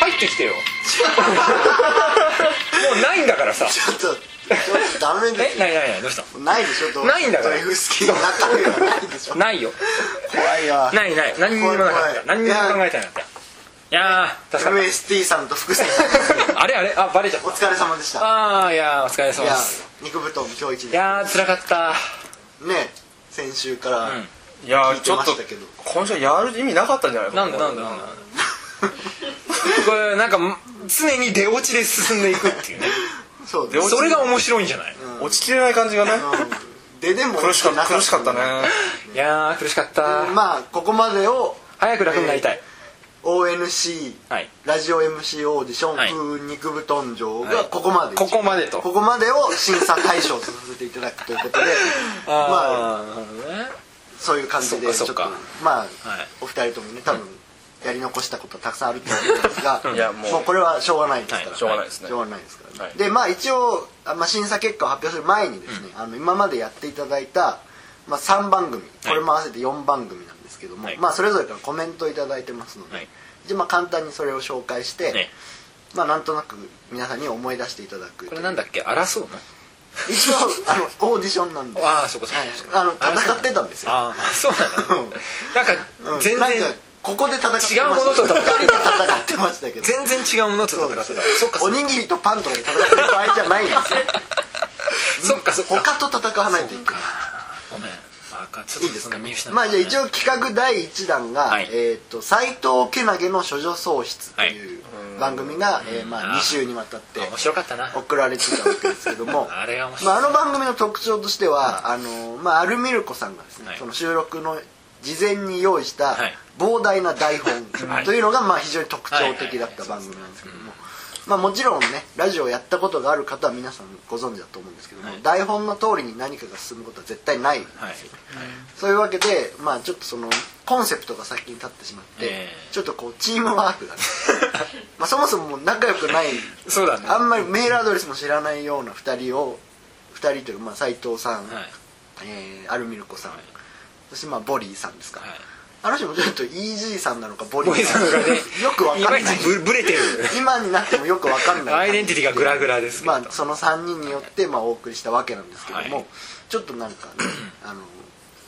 [SPEAKER 2] 入ってきてよもうないんだからさ
[SPEAKER 1] ちょっとちょっとダメで
[SPEAKER 2] え
[SPEAKER 1] すよ
[SPEAKER 2] ないないないどうした
[SPEAKER 1] ないでしょどう
[SPEAKER 2] ないんだから
[SPEAKER 1] ドリフスキーの中身はないでしょ
[SPEAKER 2] ないよ
[SPEAKER 1] 怖いわ
[SPEAKER 2] ないない何にもなか
[SPEAKER 1] 怖い怖
[SPEAKER 2] った
[SPEAKER 1] い
[SPEAKER 2] 何にも考えてなかったいやー助かっ
[SPEAKER 1] MST さんと福さん
[SPEAKER 2] たあれあれあバレちゃっ
[SPEAKER 1] お疲れ様でした
[SPEAKER 2] たあーいやーお疲れ
[SPEAKER 1] い
[SPEAKER 2] 様で
[SPEAKER 1] や
[SPEAKER 2] す
[SPEAKER 1] 肉布団今日一
[SPEAKER 2] いやー辛かった
[SPEAKER 1] 日ね先週から
[SPEAKER 2] うん
[SPEAKER 3] いや
[SPEAKER 1] 聞い
[SPEAKER 3] ち
[SPEAKER 1] て
[SPEAKER 3] ょ
[SPEAKER 1] ま
[SPEAKER 3] っと
[SPEAKER 1] したけど
[SPEAKER 3] 今週はやる意味なかったんじゃない
[SPEAKER 2] なんだなんだなんだこれなんか常に出落ちで進んでいくっていうね
[SPEAKER 1] そう
[SPEAKER 3] 出
[SPEAKER 1] で
[SPEAKER 3] 落
[SPEAKER 1] す
[SPEAKER 2] それが面白いんじゃない、
[SPEAKER 3] 落ちきれない感じがね
[SPEAKER 1] ででも
[SPEAKER 3] 苦しかった苦しかったね
[SPEAKER 2] いやー苦しかった、
[SPEAKER 1] まあここまでを
[SPEAKER 2] 早く楽になりたい、
[SPEAKER 1] ONC
[SPEAKER 2] はい
[SPEAKER 1] ラジオ MC オーディション
[SPEAKER 2] はい
[SPEAKER 1] 風肉布団城
[SPEAKER 2] は
[SPEAKER 1] が
[SPEAKER 2] い
[SPEAKER 1] ここまで
[SPEAKER 2] ここまでと
[SPEAKER 1] ここまでを審査対象とさせていただくということでまあ
[SPEAKER 2] あーなるほどね
[SPEAKER 1] そういう感じでち
[SPEAKER 2] そ
[SPEAKER 1] ょ
[SPEAKER 2] っかそ
[SPEAKER 1] っ
[SPEAKER 2] っ
[SPEAKER 1] と
[SPEAKER 2] か
[SPEAKER 1] まあ
[SPEAKER 2] はい
[SPEAKER 1] お二人ともね多分やり残したことたくさんあると思うんですが
[SPEAKER 3] いやもう
[SPEAKER 1] もうこれはしょうがないですから
[SPEAKER 2] は
[SPEAKER 3] しょうがないですね
[SPEAKER 1] しょうがないですからね、
[SPEAKER 3] はい
[SPEAKER 1] でまあ一応、あまあ、審査結果を発表する前にですね、あの今までやっていただいた、まあ、3番組これも合わせて4番組なんですけども、
[SPEAKER 2] はい
[SPEAKER 1] まあ、それぞれからコメントをいただいてますので、
[SPEAKER 2] はい
[SPEAKER 1] 一応まあ簡単にそれを紹介して、
[SPEAKER 2] ね
[SPEAKER 1] まあ、なんとなく皆さんに思い出していただく
[SPEAKER 2] これなんだっけ争うの
[SPEAKER 1] 一応あのオーディションなんで
[SPEAKER 2] ああそこそこ
[SPEAKER 1] はいあの戦ってたんですよ
[SPEAKER 2] ああそうなんだなん
[SPEAKER 1] う
[SPEAKER 2] か
[SPEAKER 1] ん
[SPEAKER 2] 全
[SPEAKER 1] なん
[SPEAKER 2] 然
[SPEAKER 1] かここで戦ってました
[SPEAKER 2] 違うものと戦って
[SPEAKER 1] 戦ってましたけど
[SPEAKER 2] 全然違うものと戦ってたそっかそ
[SPEAKER 1] お
[SPEAKER 2] っか
[SPEAKER 1] にぎりとパンとかで戦ってる場合じゃ ないんですよ
[SPEAKER 2] そっかそっか
[SPEAKER 1] 他と戦わないといけな
[SPEAKER 2] ごめんバカちょっ
[SPEAKER 1] い
[SPEAKER 2] と
[SPEAKER 1] いいですか
[SPEAKER 2] 見失った
[SPEAKER 1] まあじゃあ一応企画第1弾が
[SPEAKER 2] はい
[SPEAKER 1] 「えーと斎藤けなげの処女喪失」という番組がえーまあ2週にわたって
[SPEAKER 2] 面白かったな
[SPEAKER 1] 送られてたわけですけども
[SPEAKER 2] あれが面白
[SPEAKER 1] ま
[SPEAKER 2] い
[SPEAKER 1] あ、あの番組の特徴としてはあの、まあ、アルミルコさんがですね、
[SPEAKER 2] はい
[SPEAKER 1] その収録の事前に用意した
[SPEAKER 2] はい
[SPEAKER 1] 膨大な台本
[SPEAKER 2] はい
[SPEAKER 1] というのがまあ非常に特徴的だった番組なんですけども、まあ、もちろんねラジオをやったことがある方は皆さんご存知だと思うんですけども、
[SPEAKER 2] はい
[SPEAKER 1] 台本の通りに何かが進むことは絶対ない、
[SPEAKER 2] はい
[SPEAKER 1] そういうわけで、まあ、ちょっとそのコンセプトが先に立ってしまって、
[SPEAKER 2] ええ
[SPEAKER 1] ちょっとこうチームワーク がねまあそもそももう仲良くない
[SPEAKER 2] そうだね
[SPEAKER 1] あんまりメールアドレスも知らないような2人を2人というか、まあ、斉藤さん、
[SPEAKER 2] はい
[SPEAKER 1] えーアルミルコさん、
[SPEAKER 2] はい
[SPEAKER 1] そしてまあボリーさんですか、
[SPEAKER 2] はい
[SPEAKER 1] あの人もちょっとイージーさんなのかボリ
[SPEAKER 2] ボ
[SPEAKER 1] ー
[SPEAKER 2] イさ
[SPEAKER 1] さん
[SPEAKER 2] ん
[SPEAKER 1] なの
[SPEAKER 2] が
[SPEAKER 1] か
[SPEAKER 2] ね
[SPEAKER 1] よくわかんない
[SPEAKER 2] まいちぶぶれてる
[SPEAKER 1] 今になってもよくわかんない
[SPEAKER 2] アイデンティティがグラグラですけど
[SPEAKER 1] まあその3人によってまあお送りしたわけなんですけども、
[SPEAKER 2] はい
[SPEAKER 1] ちょっとなんかね あの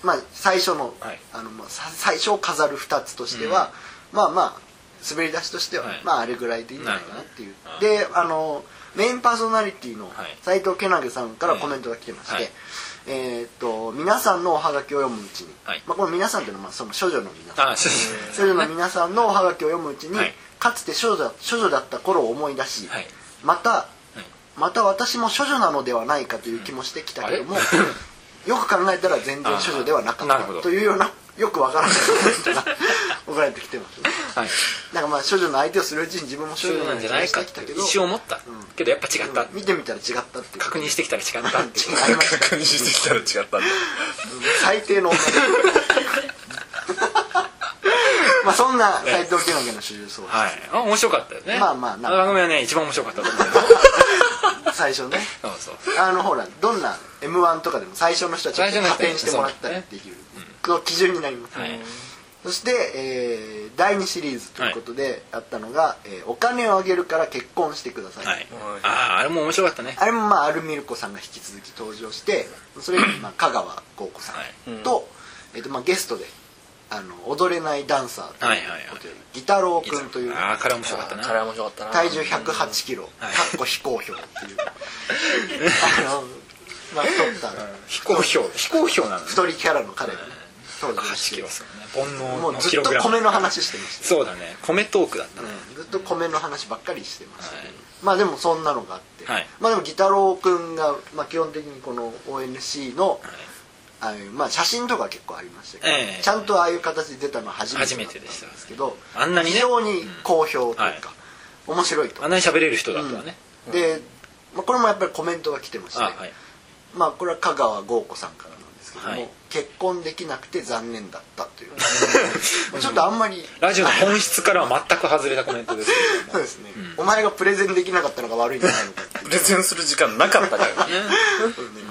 [SPEAKER 1] まあ最初の,、
[SPEAKER 2] はい
[SPEAKER 1] あのまあさ最初を飾る2つとしては、まあまあ滑り出しとしては、
[SPEAKER 2] はい
[SPEAKER 1] まああれぐらいでいいんじゃないかなっていう
[SPEAKER 2] なるほど
[SPEAKER 1] であのメインパーソナリティの
[SPEAKER 2] はい
[SPEAKER 1] 斉藤けなげさんからコメントが来てまして、
[SPEAKER 2] はい
[SPEAKER 1] えーっと皆さんのおはがきを読むうちに、
[SPEAKER 2] はい
[SPEAKER 1] まあ、この皆さんというのはまあその処女の皆さん
[SPEAKER 2] あそうそう
[SPEAKER 1] それぞれの皆さんのおはがきを読むうちに、
[SPEAKER 2] はい
[SPEAKER 1] かつて少女だ少女だった頃を思い出し、
[SPEAKER 2] はい
[SPEAKER 1] また、また私も処女なのではないかという気もしてきたけども、
[SPEAKER 2] あ
[SPEAKER 1] よく考えたら全然処女ではなか
[SPEAKER 2] あーなるほ
[SPEAKER 1] っ
[SPEAKER 2] ど
[SPEAKER 1] たというようなよくわからないコメン トが送られてきてますね
[SPEAKER 2] はい
[SPEAKER 1] なんかまあ処女の相手をするうちに自分も処
[SPEAKER 2] そう
[SPEAKER 1] 女
[SPEAKER 2] なんじゃないかって一瞬思った
[SPEAKER 1] うん
[SPEAKER 2] けどやっぱ違った
[SPEAKER 1] うん見てみたら違ったっていう
[SPEAKER 2] 確認してきたら違ったっていう
[SPEAKER 1] 違いました
[SPEAKER 3] 確認してきたら違ったんだ
[SPEAKER 1] 最低の女 まあそんな斎藤健介の主従そう
[SPEAKER 2] はいあ面白かったよね
[SPEAKER 1] まあまあ
[SPEAKER 2] あ
[SPEAKER 1] な
[SPEAKER 2] の番組はね一番面白かったと思う
[SPEAKER 1] 最初ね
[SPEAKER 2] そうそう
[SPEAKER 1] あのほらどんな m 1とかでも最初の人はちょっと
[SPEAKER 2] 最初の
[SPEAKER 1] 加
[SPEAKER 2] 人ね
[SPEAKER 1] 点してもらったりできるの基準になります、
[SPEAKER 2] はい
[SPEAKER 1] そして、えー第2シリーズということであったのが、えーお金をあげるから結婚してください」
[SPEAKER 2] はいあああれも面白かったね
[SPEAKER 1] あれも、まあ、アルミルコさんが引き続き登場してそれに、まあ、香川豪子さ
[SPEAKER 2] はい
[SPEAKER 1] んと,、えーとまあ、ゲストであの踊れないダンサーと
[SPEAKER 2] はいいはいはいう
[SPEAKER 1] ことでギタロウ君という
[SPEAKER 2] ああから面白かったな
[SPEAKER 3] 彼は面白かったな
[SPEAKER 1] 体重108キロ、
[SPEAKER 2] はい
[SPEAKER 1] かっこ非公表っていうあの、まあ、太った
[SPEAKER 2] 非公表非公表なのね
[SPEAKER 1] 太りキャラの彼がね当時の
[SPEAKER 2] 8キロっすもんね煩
[SPEAKER 1] もう
[SPEAKER 2] 悩の
[SPEAKER 1] ず
[SPEAKER 2] キ
[SPEAKER 1] っ
[SPEAKER 2] ロ
[SPEAKER 1] と
[SPEAKER 2] グラム
[SPEAKER 1] 米の話してまし
[SPEAKER 2] そうだね米トークだった
[SPEAKER 1] た、
[SPEAKER 2] ね
[SPEAKER 1] ずっと米の話ばっかりしてましたけど、
[SPEAKER 2] はい
[SPEAKER 1] まあでもそんなのがあって、
[SPEAKER 2] はい
[SPEAKER 1] まあでもギタロウくんが、まあ、基本的にこの ONC の、あのまあ、写真とか結構ありましたけど、
[SPEAKER 2] ええ
[SPEAKER 1] ちゃんとああいう形で出たのは初めてだったん
[SPEAKER 2] 初めて
[SPEAKER 1] で
[SPEAKER 2] でした
[SPEAKER 1] すけど
[SPEAKER 2] あんなに
[SPEAKER 1] 非
[SPEAKER 2] ね
[SPEAKER 1] 常に好評というか、
[SPEAKER 2] うんはい
[SPEAKER 1] 面白いと
[SPEAKER 2] あんなに喋れる人だったわね
[SPEAKER 1] で、まあ、これもやっぱりコメントが来てまして
[SPEAKER 2] あはい
[SPEAKER 1] まあこれは香川豪子さんからなんですけけども、
[SPEAKER 2] はい
[SPEAKER 1] 結婚できなくて残念だった というちょっとあんまり
[SPEAKER 2] ラジオの本質からは全く外れたコメントですけ
[SPEAKER 1] そうですね、お前がプレゼンできなかったのが悪いんじゃないのかって
[SPEAKER 3] プレゼンする時間なかったからね
[SPEAKER 1] いうね、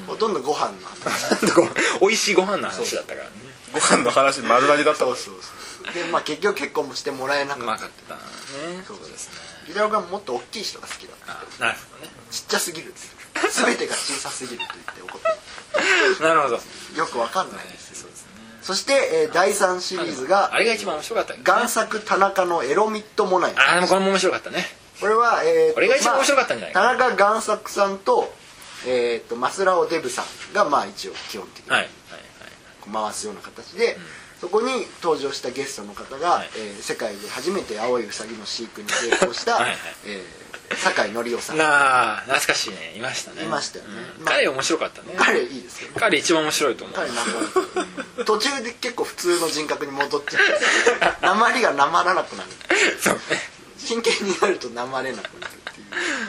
[SPEAKER 1] ほとんどご飯の話
[SPEAKER 2] ども美味しいご飯の話だったからね
[SPEAKER 3] ご飯の話丸投げだった
[SPEAKER 1] そうそうそうでまあ結局結婚もしてもらえな
[SPEAKER 2] う
[SPEAKER 1] か
[SPEAKER 2] ま
[SPEAKER 1] った
[SPEAKER 2] かったね
[SPEAKER 1] そうですねギタロがもっと大きい人が好きだった
[SPEAKER 2] あなるほどね
[SPEAKER 1] ちっちゃすぎるっていう全てが小さすぎると言って怒ってま
[SPEAKER 2] なるほど
[SPEAKER 1] すよくわかんないです
[SPEAKER 2] そうですね
[SPEAKER 1] そして、えー第3シリーズが
[SPEAKER 2] あれが一番面白かったよね
[SPEAKER 1] 贋作田中のエロミッドもない
[SPEAKER 2] ああでもこれも面白かったね
[SPEAKER 1] これは、えーと
[SPEAKER 2] これが一番面白かったんじゃないか
[SPEAKER 1] まあ田中贋作さんと,、えー、とマスラオデブさんがまあ一応基本的に
[SPEAKER 2] はいはい
[SPEAKER 1] 回すような形で、そこに登場したゲストの方が、
[SPEAKER 2] はい
[SPEAKER 1] えー世界で初めて青いウサギの飼育に成功した
[SPEAKER 2] はいはい
[SPEAKER 1] えー酒井紀夫さ
[SPEAKER 2] は
[SPEAKER 1] ん
[SPEAKER 2] いなあ懐かしいねいましたね
[SPEAKER 1] いましたよね
[SPEAKER 2] うん
[SPEAKER 1] まあ
[SPEAKER 2] 彼面白かったね
[SPEAKER 1] 彼いいですけど
[SPEAKER 2] 彼一番面白いと思う
[SPEAKER 1] 彼なんか途中で結構普通の人格に戻っちゃ って鉛がなまらなくなる
[SPEAKER 2] そう ね
[SPEAKER 1] 真剣になるとなまれなくなる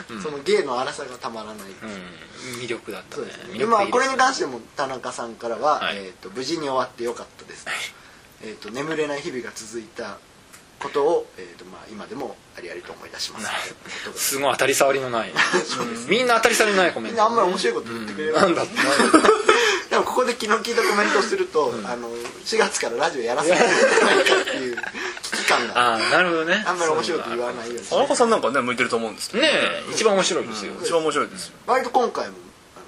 [SPEAKER 1] っていう、その芸の荒さがたまらない、
[SPEAKER 2] うん魅力だった
[SPEAKER 1] そう
[SPEAKER 2] ね
[SPEAKER 1] です
[SPEAKER 2] 魅
[SPEAKER 1] ね
[SPEAKER 2] 力的
[SPEAKER 1] でまあ
[SPEAKER 2] です
[SPEAKER 1] これに関しても田中さんからは、
[SPEAKER 2] はい
[SPEAKER 1] えー、と無事に終わってよかったですと,、えー、と眠れない日々が続いたことを、えーとまあ、今でもありありと思い出します
[SPEAKER 2] なる
[SPEAKER 1] みたいなことが
[SPEAKER 2] すごい当たり障りのないみんな当たり障りのないコメ
[SPEAKER 1] み
[SPEAKER 2] ン
[SPEAKER 1] ん
[SPEAKER 2] ト
[SPEAKER 1] なあんまり面白いこと言ってくれる
[SPEAKER 2] なんだって
[SPEAKER 1] でもここで気の利いたコメントをすると、あの4月からラジオやらせてもらえないかっていう危機感が
[SPEAKER 2] ああなるほどね
[SPEAKER 1] あんまり面白いこと言わないように
[SPEAKER 3] 田中さんなんかね向いてると思うんですけど
[SPEAKER 2] ねえ一番面白いですよ
[SPEAKER 3] 一番面白いですよ
[SPEAKER 1] 割と今回もあ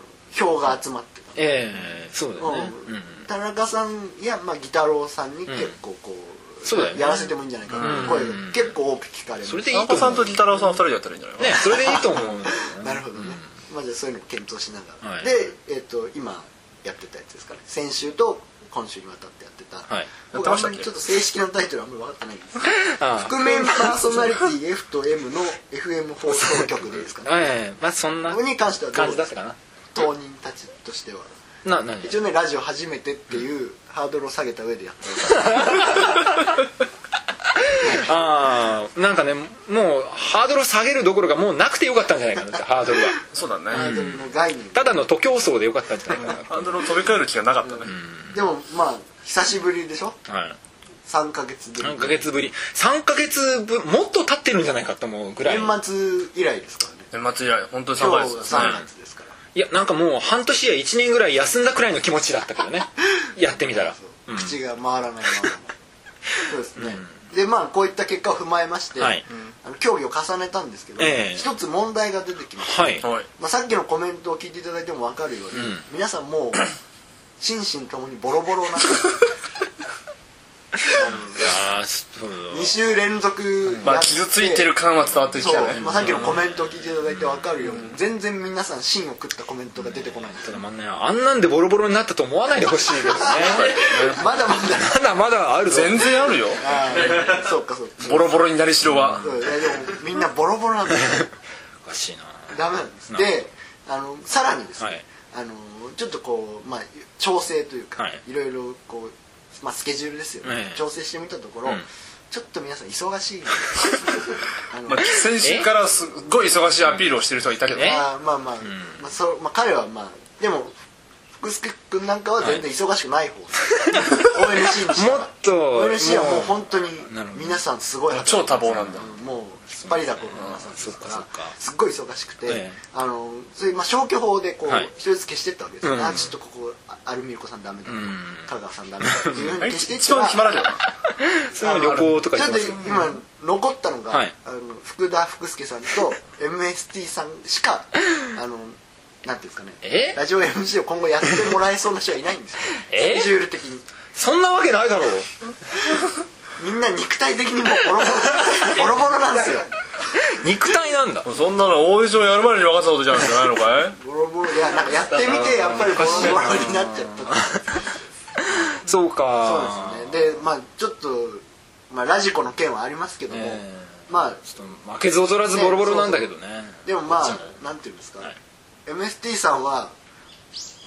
[SPEAKER 1] の票が集まってた
[SPEAKER 2] ええそうだよね
[SPEAKER 1] う
[SPEAKER 2] うんん
[SPEAKER 1] 田中さんや、まあ、ギタロウさんに結構こう、
[SPEAKER 2] そうだよね
[SPEAKER 1] やらせてもいいんじゃないかなって声が結構多く聞かれます
[SPEAKER 2] それでいい
[SPEAKER 3] 田
[SPEAKER 2] と
[SPEAKER 3] 中
[SPEAKER 2] 思
[SPEAKER 3] さ
[SPEAKER 2] うん
[SPEAKER 3] とギタラオさん二人でやったらいいんじゃない
[SPEAKER 2] ねそれでいいと思う
[SPEAKER 1] なるほどね、まあ、じゃあそういうのを検討しながら、
[SPEAKER 2] はい
[SPEAKER 1] で、えっと今やってたやつですかね先週と今週にわたってやってた、
[SPEAKER 2] はい
[SPEAKER 3] やっ
[SPEAKER 1] 僕
[SPEAKER 3] て
[SPEAKER 1] あ
[SPEAKER 3] ま
[SPEAKER 1] ん
[SPEAKER 3] し
[SPEAKER 1] ま
[SPEAKER 3] た
[SPEAKER 1] り
[SPEAKER 3] っけ
[SPEAKER 1] ちょっと正式なタイトルあんまり分かってないんですけど
[SPEAKER 2] あ
[SPEAKER 1] 覆面パーソナリティ F と M の FM 放送局でいいです かね
[SPEAKER 2] あええまあそんな
[SPEAKER 1] ここに関してはどう
[SPEAKER 2] 感
[SPEAKER 1] で
[SPEAKER 2] じ
[SPEAKER 1] す
[SPEAKER 2] だったかな
[SPEAKER 1] 当人たちとしては
[SPEAKER 2] な何
[SPEAKER 1] 一応ねラジオ初めてっていうハードルを下げた上でやってる
[SPEAKER 2] ああなんかねもうハードルを下げるどころかもうなくてよかったんじゃないかなってハードルが
[SPEAKER 3] そうだね
[SPEAKER 1] ハードルの概念
[SPEAKER 2] ただの徒競走でよかったんじゃないかな
[SPEAKER 3] ハンドルを飛び越える気がなかったね
[SPEAKER 1] でもまあ久しぶりでしょ
[SPEAKER 2] はい
[SPEAKER 1] 3ヶ月ぶり
[SPEAKER 2] 3ヶ月ぶり3ヶ月分もっと経ってるんじゃないかと思うぐらい
[SPEAKER 1] 年末以来ですからね
[SPEAKER 3] 年末以来本当に3
[SPEAKER 1] 今
[SPEAKER 3] ヶ
[SPEAKER 1] 日
[SPEAKER 3] 月
[SPEAKER 1] が
[SPEAKER 3] ですね
[SPEAKER 1] 3月ですから、
[SPEAKER 2] いやなんかもう半年や1年ぐらい休んだくらいの気持ちだったけどねやってみたら
[SPEAKER 1] そう口が回らないままそうですね、でまあこういった結果を踏まえまして、
[SPEAKER 2] はい
[SPEAKER 1] あの競技を重ねたんですけど、
[SPEAKER 2] ええ
[SPEAKER 1] 一つ問題が出てきました、
[SPEAKER 2] はい
[SPEAKER 3] はい
[SPEAKER 1] まあ、さっきのコメントを聞いていただいても分かるように、
[SPEAKER 2] うん
[SPEAKER 1] 皆さんもう心身ともにボロボロな
[SPEAKER 2] ああそう
[SPEAKER 1] 2週連続
[SPEAKER 3] まあ
[SPEAKER 1] やって
[SPEAKER 3] 傷ついてる感は伝わってき
[SPEAKER 1] そう
[SPEAKER 3] たね
[SPEAKER 1] まあ、さっきのコメントを聞いていただいて分かるように、全然皆さん芯を食ったコメントが出てこないんです
[SPEAKER 2] た
[SPEAKER 1] よ
[SPEAKER 2] だまあねあんなんでボロボロになったと思わないでほしいけどね
[SPEAKER 1] まだまだ
[SPEAKER 2] まだまだあるぞ
[SPEAKER 3] 全然あるよ
[SPEAKER 1] ああそうかそうか
[SPEAKER 3] ボロボロになりしろは
[SPEAKER 1] そういやでもみんなボロボロなん ですよ
[SPEAKER 2] おかしいな
[SPEAKER 1] ダメなんです
[SPEAKER 2] な
[SPEAKER 1] であのさらにですね、
[SPEAKER 2] はい
[SPEAKER 1] あのちょっとこう、まあ、調整というか、
[SPEAKER 2] はい
[SPEAKER 1] い、ろいろこう、まあ、スケジュールですよね、
[SPEAKER 2] ええ
[SPEAKER 1] 調整してみたところ、
[SPEAKER 2] うん
[SPEAKER 1] ちょっと皆さん忙し いあの、
[SPEAKER 3] まあ先週からすっごい忙しいアピールをしてる人はいたけど
[SPEAKER 2] え
[SPEAKER 1] まあまあまあ、まあそうまあ、彼はまあでも福助君なんかは全然忙しくない 方、ONC にして
[SPEAKER 2] もっ
[SPEAKER 1] は
[SPEAKER 2] と
[SPEAKER 1] ONC はもう
[SPEAKER 2] も
[SPEAKER 1] 本当に
[SPEAKER 2] なるほど
[SPEAKER 1] 皆さんすごい
[SPEAKER 3] 超多忙なんだ
[SPEAKER 1] うんもう引っ張りだこの皆さんですから
[SPEAKER 2] そうかそうか
[SPEAKER 1] すっごい忙しくて、
[SPEAKER 2] ええ
[SPEAKER 1] あのそういうまあ消去法でこう、
[SPEAKER 2] はい
[SPEAKER 1] 一人ずつ消してったわけですよ、
[SPEAKER 2] うん
[SPEAKER 1] あちょっとここあアルミルコさんダメだとか、
[SPEAKER 2] ん
[SPEAKER 1] 香川さんダメだっていうふうに消していっ
[SPEAKER 3] 一
[SPEAKER 1] たら
[SPEAKER 3] 番暇だけど
[SPEAKER 2] うすごい旅行とか
[SPEAKER 1] ち
[SPEAKER 2] 行
[SPEAKER 1] ょ
[SPEAKER 2] っ
[SPEAKER 1] ってと
[SPEAKER 2] ますけど
[SPEAKER 1] 今残ったのが、
[SPEAKER 2] はい
[SPEAKER 1] あの福田福助さんと MST さんし かあのなんていうんですかね
[SPEAKER 2] え
[SPEAKER 1] ラジオ MC を今後やってもらえそうな人はいないんですよ
[SPEAKER 2] え
[SPEAKER 1] スケジュール的に
[SPEAKER 2] そんなわけないだろう
[SPEAKER 1] みんな肉体的にもうボロ ボロボロボロなんですよ
[SPEAKER 2] 肉体なんだ
[SPEAKER 3] そんなのオーディションやる前に分かったことじゃないんじゃないのかい
[SPEAKER 1] ボロボロいやなんかやってみてやっぱりボロボロになっちゃったっていう
[SPEAKER 2] そうか
[SPEAKER 1] そうですねでまあちょっと、まあ、ラジコの件はありますけども、
[SPEAKER 2] え
[SPEAKER 1] まあ
[SPEAKER 2] ちょっと負けず劣らずボロボロなんだけどね
[SPEAKER 1] でもま
[SPEAKER 2] こっち
[SPEAKER 1] あなんていうんですか、
[SPEAKER 2] はい
[SPEAKER 1] MST さんは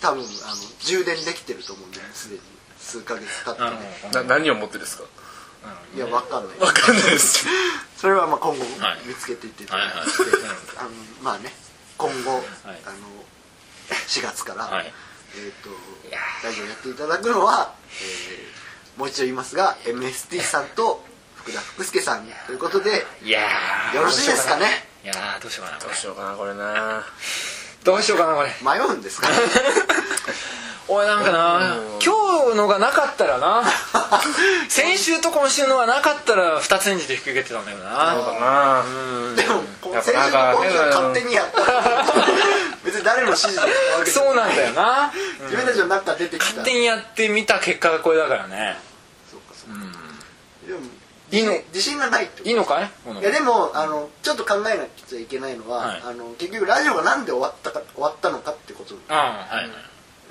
[SPEAKER 1] 多分あの充電できてると思うんでもうすでに数ヶ月経って
[SPEAKER 2] なる
[SPEAKER 1] ね
[SPEAKER 2] ほど
[SPEAKER 3] な何を持ってですか
[SPEAKER 1] いやわかんない
[SPEAKER 3] 分かんないです
[SPEAKER 1] それはまあ今後
[SPEAKER 2] はい
[SPEAKER 1] 見つけていっていた
[SPEAKER 2] はい
[SPEAKER 1] だ
[SPEAKER 2] はいい
[SPEAKER 1] て、
[SPEAKER 2] なるほ
[SPEAKER 1] あのまあね今後、
[SPEAKER 2] はい
[SPEAKER 1] あの4月から、
[SPEAKER 2] はい
[SPEAKER 1] えっと大臣をやっていただくのは、えーもう一度言いますが MST さんと福田福助さんということで
[SPEAKER 2] いやー
[SPEAKER 1] よろしいですかね
[SPEAKER 2] いやーどうしようかなこ
[SPEAKER 3] ど
[SPEAKER 2] れ
[SPEAKER 3] うしようかなこれな
[SPEAKER 2] どうしようかなこれ
[SPEAKER 1] 迷うんですかね
[SPEAKER 2] 俺なんかな今日のがなかった らな先週と今週のがなかったら2つ演じで引き受けてたんだよ
[SPEAKER 3] そう
[SPEAKER 2] な
[SPEAKER 3] だな
[SPEAKER 1] でもこの
[SPEAKER 3] やっぱ
[SPEAKER 1] 先
[SPEAKER 3] な
[SPEAKER 1] 生
[SPEAKER 3] ん
[SPEAKER 1] が
[SPEAKER 3] か
[SPEAKER 1] この人が勝手にやった別に誰の指示だったわけじゃ
[SPEAKER 2] そうなんだよな
[SPEAKER 1] 自分たちの中から出てきた
[SPEAKER 2] 勝手にやってみた結果がこれだからね
[SPEAKER 1] そうかそうかでも
[SPEAKER 2] いいの
[SPEAKER 1] 自信がないってこと
[SPEAKER 2] いいのかいこの
[SPEAKER 1] いやでもあのちょっと考えなきゃいけないのは、
[SPEAKER 2] はい
[SPEAKER 1] あの結局ラジオがなんで終わったか終わったのかってこと
[SPEAKER 2] ああはい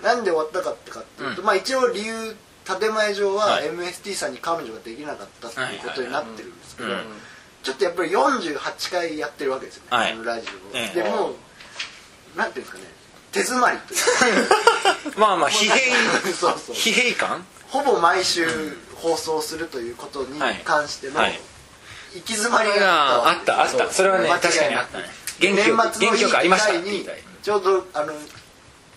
[SPEAKER 1] なんで終わったかってかっていうと、
[SPEAKER 2] う
[SPEAKER 1] まあ一応理由建前上は
[SPEAKER 2] はい
[SPEAKER 1] MST さんに彼女ができなかったっていうことになってるんですけど、
[SPEAKER 2] はいはいはい
[SPEAKER 1] ちょっとやっぱり48回やってるわけですよね、
[SPEAKER 2] はい
[SPEAKER 1] あのラジオを、
[SPEAKER 2] ええ
[SPEAKER 1] でもうなんていうんですかね手詰まりというか
[SPEAKER 2] まあまあ 疲弊
[SPEAKER 1] そうそう
[SPEAKER 2] 疲弊感
[SPEAKER 1] ほぼ毎週放送するということに関しての
[SPEAKER 2] は
[SPEAKER 1] 行
[SPEAKER 2] い
[SPEAKER 1] き詰まりが
[SPEAKER 2] が
[SPEAKER 1] あ
[SPEAKER 2] あ
[SPEAKER 1] っ
[SPEAKER 2] ったた
[SPEAKER 1] わ
[SPEAKER 2] あ
[SPEAKER 1] け
[SPEAKER 2] っ
[SPEAKER 1] です
[SPEAKER 2] たそれはね
[SPEAKER 1] 間違いなく
[SPEAKER 2] 確かにあったね
[SPEAKER 1] 年
[SPEAKER 2] 元気
[SPEAKER 1] 末
[SPEAKER 2] よ
[SPEAKER 1] のい
[SPEAKER 2] く元気
[SPEAKER 1] い
[SPEAKER 2] よくあり
[SPEAKER 1] 機
[SPEAKER 2] ました
[SPEAKER 1] 会にちょうどあの、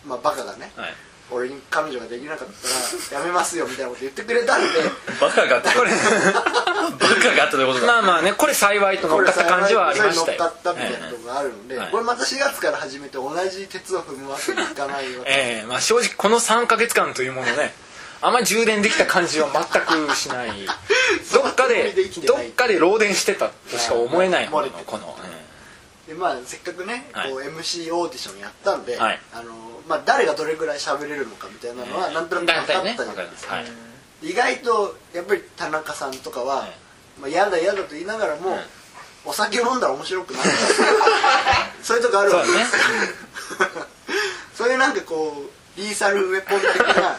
[SPEAKER 1] まあ、バカがね、
[SPEAKER 2] はい
[SPEAKER 1] 俺に彼女ができなかったらやめますよみたいなこと言ってくれたんで
[SPEAKER 3] バカがあったこれバカがあったということだ
[SPEAKER 2] まあまあね これ幸いと乗っかった感じはありましたよ
[SPEAKER 1] 乗っかったみたいなとこがあるので、
[SPEAKER 2] はい
[SPEAKER 1] これまた4月から始めて同じ鉄を踏むわけにいかないわけ
[SPEAKER 2] ええまあ正直この3か月間というものねあんま充電できた感じは全く しないどっかで
[SPEAKER 1] できて
[SPEAKER 2] ど
[SPEAKER 1] な
[SPEAKER 2] っ
[SPEAKER 1] い
[SPEAKER 2] かで漏電してたとしか思えないほどの
[SPEAKER 1] 漏れて
[SPEAKER 2] この、
[SPEAKER 1] でまあせっかくね、
[SPEAKER 2] はい
[SPEAKER 1] こう MC オーディションやったんで、
[SPEAKER 2] はい
[SPEAKER 1] あのまあ、誰がどれぐらい喋れるのかみたいなのはなんとなく分かったじ
[SPEAKER 2] ね
[SPEAKER 1] ゃ
[SPEAKER 2] 分
[SPEAKER 1] ない
[SPEAKER 2] かり
[SPEAKER 1] で
[SPEAKER 2] ますす
[SPEAKER 1] か
[SPEAKER 2] はい
[SPEAKER 1] 意外とやっぱり田中さんとかは、
[SPEAKER 2] い
[SPEAKER 1] まあ、嫌だ嫌だと言いながらも、お酒を飲んだら面白くな るそういうとこあるわけです そう,、いうなんかこうリーサルウェポン的 な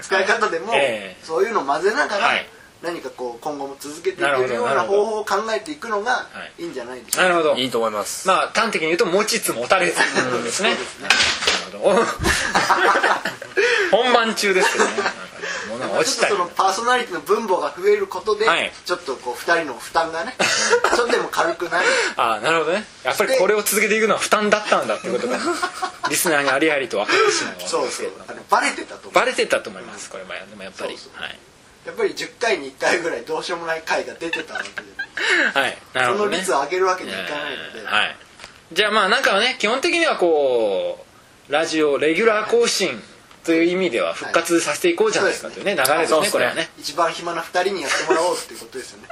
[SPEAKER 1] 使い方でも、
[SPEAKER 2] ええ
[SPEAKER 1] そういうのを混ぜながら、
[SPEAKER 2] はい
[SPEAKER 1] 何かこう今後も続けていけ
[SPEAKER 2] なるほ
[SPEAKER 1] る
[SPEAKER 2] ど
[SPEAKER 1] よう
[SPEAKER 2] な
[SPEAKER 1] な
[SPEAKER 2] るほど
[SPEAKER 1] 方法を考えていくのがいいんじゃないでしょうか、
[SPEAKER 2] なるほど
[SPEAKER 3] いいと思います
[SPEAKER 2] まあ端的に言うと持ちつ持たれつです ねなるほど本番中ですけどねなんかね物が
[SPEAKER 1] まあ
[SPEAKER 2] 落
[SPEAKER 1] ち
[SPEAKER 2] ち
[SPEAKER 1] ょ
[SPEAKER 2] た
[SPEAKER 1] っ
[SPEAKER 2] り
[SPEAKER 1] とそのパーソナリティの分母が増えることで、
[SPEAKER 2] はい
[SPEAKER 1] ちょっとこう2人の負担が ねちょっとでも軽くなる
[SPEAKER 2] ああなるほどねやっぱりこれを続けていくのは負担だったんだってこと がリスナーにありありと分かってしまうわけです
[SPEAKER 1] そうそうあのバレてたと思う
[SPEAKER 2] バレてたと思いますこれはでもやっぱり
[SPEAKER 1] そう
[SPEAKER 2] はい
[SPEAKER 1] やっぱり10回に1回ぐらいどうしようもない回が出てたわけで
[SPEAKER 2] はいなる
[SPEAKER 1] その
[SPEAKER 2] ほどね
[SPEAKER 1] 率を上げるわけにはいかないので、
[SPEAKER 2] えーはいじゃあまあなんかね基本的にはこうラジオレギュラー更新という意味では復活させていこうじゃないですかというね流れです
[SPEAKER 3] そうで
[SPEAKER 2] ね
[SPEAKER 3] すね
[SPEAKER 2] これはね
[SPEAKER 1] 一番暇な2人にやってもらおうっていうことですよね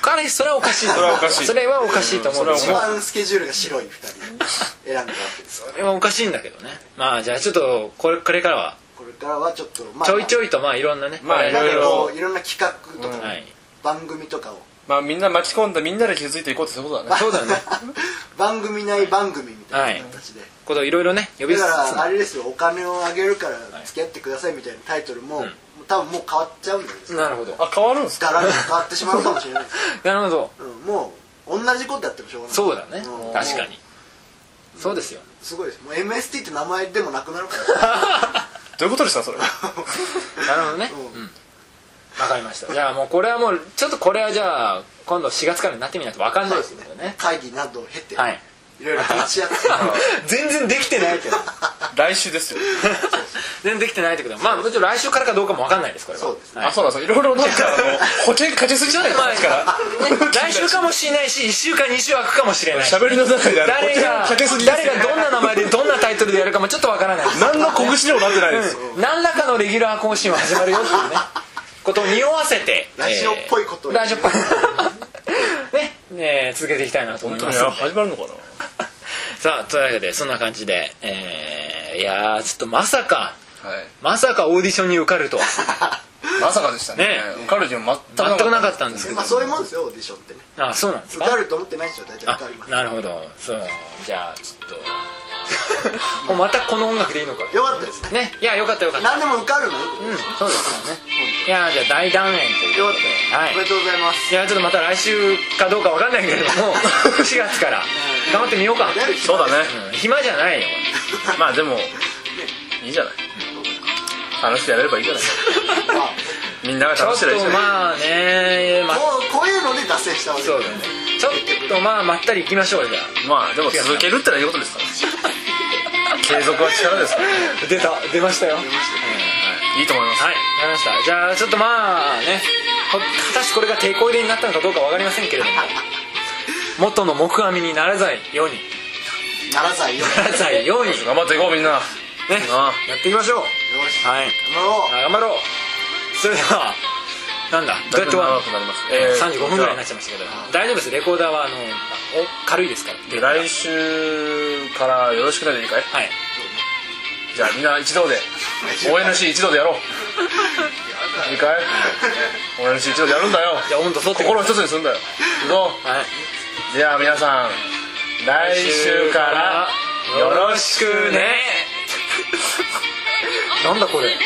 [SPEAKER 2] 彼それはおかしいと
[SPEAKER 3] それはおかしい
[SPEAKER 2] それはおかしいと思うんです
[SPEAKER 1] 一
[SPEAKER 2] よ
[SPEAKER 1] 番スケジュールが白い2人選んだわけです
[SPEAKER 2] それはおかしいんだけどねまあじゃあちょっとこれこれからは
[SPEAKER 1] これからはちょっとまあ
[SPEAKER 2] ちょいち
[SPEAKER 1] ょい
[SPEAKER 2] ょいとまあいろんなね
[SPEAKER 3] まあ
[SPEAKER 2] 我
[SPEAKER 1] なん
[SPEAKER 2] 々
[SPEAKER 1] か
[SPEAKER 3] い
[SPEAKER 1] こ
[SPEAKER 3] ろ
[SPEAKER 1] ういろんな企画とか、
[SPEAKER 3] うん
[SPEAKER 2] はい
[SPEAKER 1] 番組とかを
[SPEAKER 3] まあみんな巻き込んだみんなで気づいていこうってそういうことだね
[SPEAKER 2] そうだね
[SPEAKER 1] 番組内番組みたいな形で、
[SPEAKER 2] ことをいろいろね呼びつ
[SPEAKER 1] だ
[SPEAKER 2] つ
[SPEAKER 1] からあれですよお金をあげるから付き合ってくださいみたいなタイトルも、多分もう変わっちゃうんだよね
[SPEAKER 2] なるほど
[SPEAKER 3] あ変わるんですか
[SPEAKER 1] ガラッと変わってしまうかもしれないです
[SPEAKER 2] なるほど
[SPEAKER 1] うんもう同じことやってもしょうがない
[SPEAKER 2] そうだね
[SPEAKER 1] うん
[SPEAKER 2] 確かにそうですよ
[SPEAKER 1] すごいですもう MST って名前でもなくなるから
[SPEAKER 3] どういうことですかそれ
[SPEAKER 2] なるほどね
[SPEAKER 1] う
[SPEAKER 2] うんわかりましたじゃあもうこれはもうちょっとこれはじゃあ今度4月からになってみないとわかんないですよね
[SPEAKER 1] 会議などを経て、、
[SPEAKER 2] はいい
[SPEAKER 1] ろいろ話し合って
[SPEAKER 2] 全然できてないけど
[SPEAKER 3] 来週ですよ
[SPEAKER 2] 全然できてないってことはまあもちろん来週からかどうかもわかんないですこれは
[SPEAKER 1] そうです
[SPEAKER 2] はい
[SPEAKER 3] あそうなんですよいろいろなんかあの保険かけすぎじゃないです
[SPEAKER 2] まあ
[SPEAKER 3] か
[SPEAKER 2] ね来週かもしれないし1週間2週空くかもしれない
[SPEAKER 3] 喋りの中であの
[SPEAKER 2] 誰が
[SPEAKER 3] 保険かけすぎです
[SPEAKER 2] 誰がどんな名前でどんなタイトルでやるかもちょっとわからないです
[SPEAKER 3] 何の告知にもなってないですよ
[SPEAKER 2] 何らかのレギュラー更新は始まるよっていうねことを匂わせて
[SPEAKER 1] ラジオっぽいことを
[SPEAKER 2] えーラジオっぽい ねね続けていきたいなと思い
[SPEAKER 3] い
[SPEAKER 2] ます
[SPEAKER 3] や始まるのかな
[SPEAKER 2] さあというわけでそんな感じでえーいやーちょっとまさか
[SPEAKER 3] はい
[SPEAKER 2] まさかオーディションに受かるとは
[SPEAKER 3] まさかでしたね
[SPEAKER 2] ね
[SPEAKER 3] 受かる気も全く
[SPEAKER 2] 全くなか
[SPEAKER 3] た
[SPEAKER 2] ったんですけど
[SPEAKER 1] まあそういうもんですよオーディションってね
[SPEAKER 2] あそうなんです
[SPEAKER 1] 受
[SPEAKER 2] か
[SPEAKER 1] かると思ってないでしょ大体
[SPEAKER 2] あ
[SPEAKER 1] 受かります
[SPEAKER 2] なるほどそうじゃあちょっと もうまたこの音楽でいいのか
[SPEAKER 1] よかったですね
[SPEAKER 2] ねいやよかったよかった
[SPEAKER 1] 何でも受かるのよ
[SPEAKER 2] うんそうですよねいやーじゃあ大団円という
[SPEAKER 1] よかっ
[SPEAKER 2] ことで
[SPEAKER 1] たよ、
[SPEAKER 2] はい
[SPEAKER 1] おめでとうございます
[SPEAKER 2] いやちょっとまた来週かどうかわかんないけれども4月から頑張ってみようか、
[SPEAKER 1] やる
[SPEAKER 3] そうだね
[SPEAKER 2] うん暇じゃないよ
[SPEAKER 3] まあでもいいじゃない楽しくやれればいいじゃ ない
[SPEAKER 1] まあ
[SPEAKER 3] みんなが
[SPEAKER 2] ちょ
[SPEAKER 3] 楽
[SPEAKER 2] っ
[SPEAKER 3] しければいいじ
[SPEAKER 2] と
[SPEAKER 3] ゃない
[SPEAKER 2] まあね まあ
[SPEAKER 1] もうこういうので脱線したわけ
[SPEAKER 2] そうだね ちょっとまあまったりいきましょうよじゃ
[SPEAKER 3] まあでも続けるってのはいいことですから継続は力ですからね
[SPEAKER 2] 出た出ましたよはい
[SPEAKER 3] いいと思います
[SPEAKER 2] いやりましたじゃあちょっとまあねこ果たしてこれが抵抗入れになったのかどうか分かりませんけれども元の木阿弥にならざいように
[SPEAKER 1] ならざいよ
[SPEAKER 2] ならざいようにね
[SPEAKER 3] 頑張っていこうみんなな
[SPEAKER 2] やっていきましょう
[SPEAKER 1] よし
[SPEAKER 2] はい
[SPEAKER 1] 頑張ろ
[SPEAKER 2] あ頑張ろうそれではなんだどうやって終わるの
[SPEAKER 3] 長くなりましたえー
[SPEAKER 2] 35分ぐらいになっちゃいましたけど大丈夫ですレコーダーはあのお軽いですから
[SPEAKER 3] で来週からよろしくないでいいかい
[SPEAKER 2] はい
[SPEAKER 3] じゃあみんな一同で ONC 一同でやろう いいかい ONC 一同でやるんだよ
[SPEAKER 2] じゃあ温度取ってく
[SPEAKER 3] 心
[SPEAKER 2] だ
[SPEAKER 3] を
[SPEAKER 2] さ
[SPEAKER 3] 一つにするんだよ行こ
[SPEAKER 2] いはいう
[SPEAKER 3] では皆さん来週からよろしくね
[SPEAKER 2] なんだこれ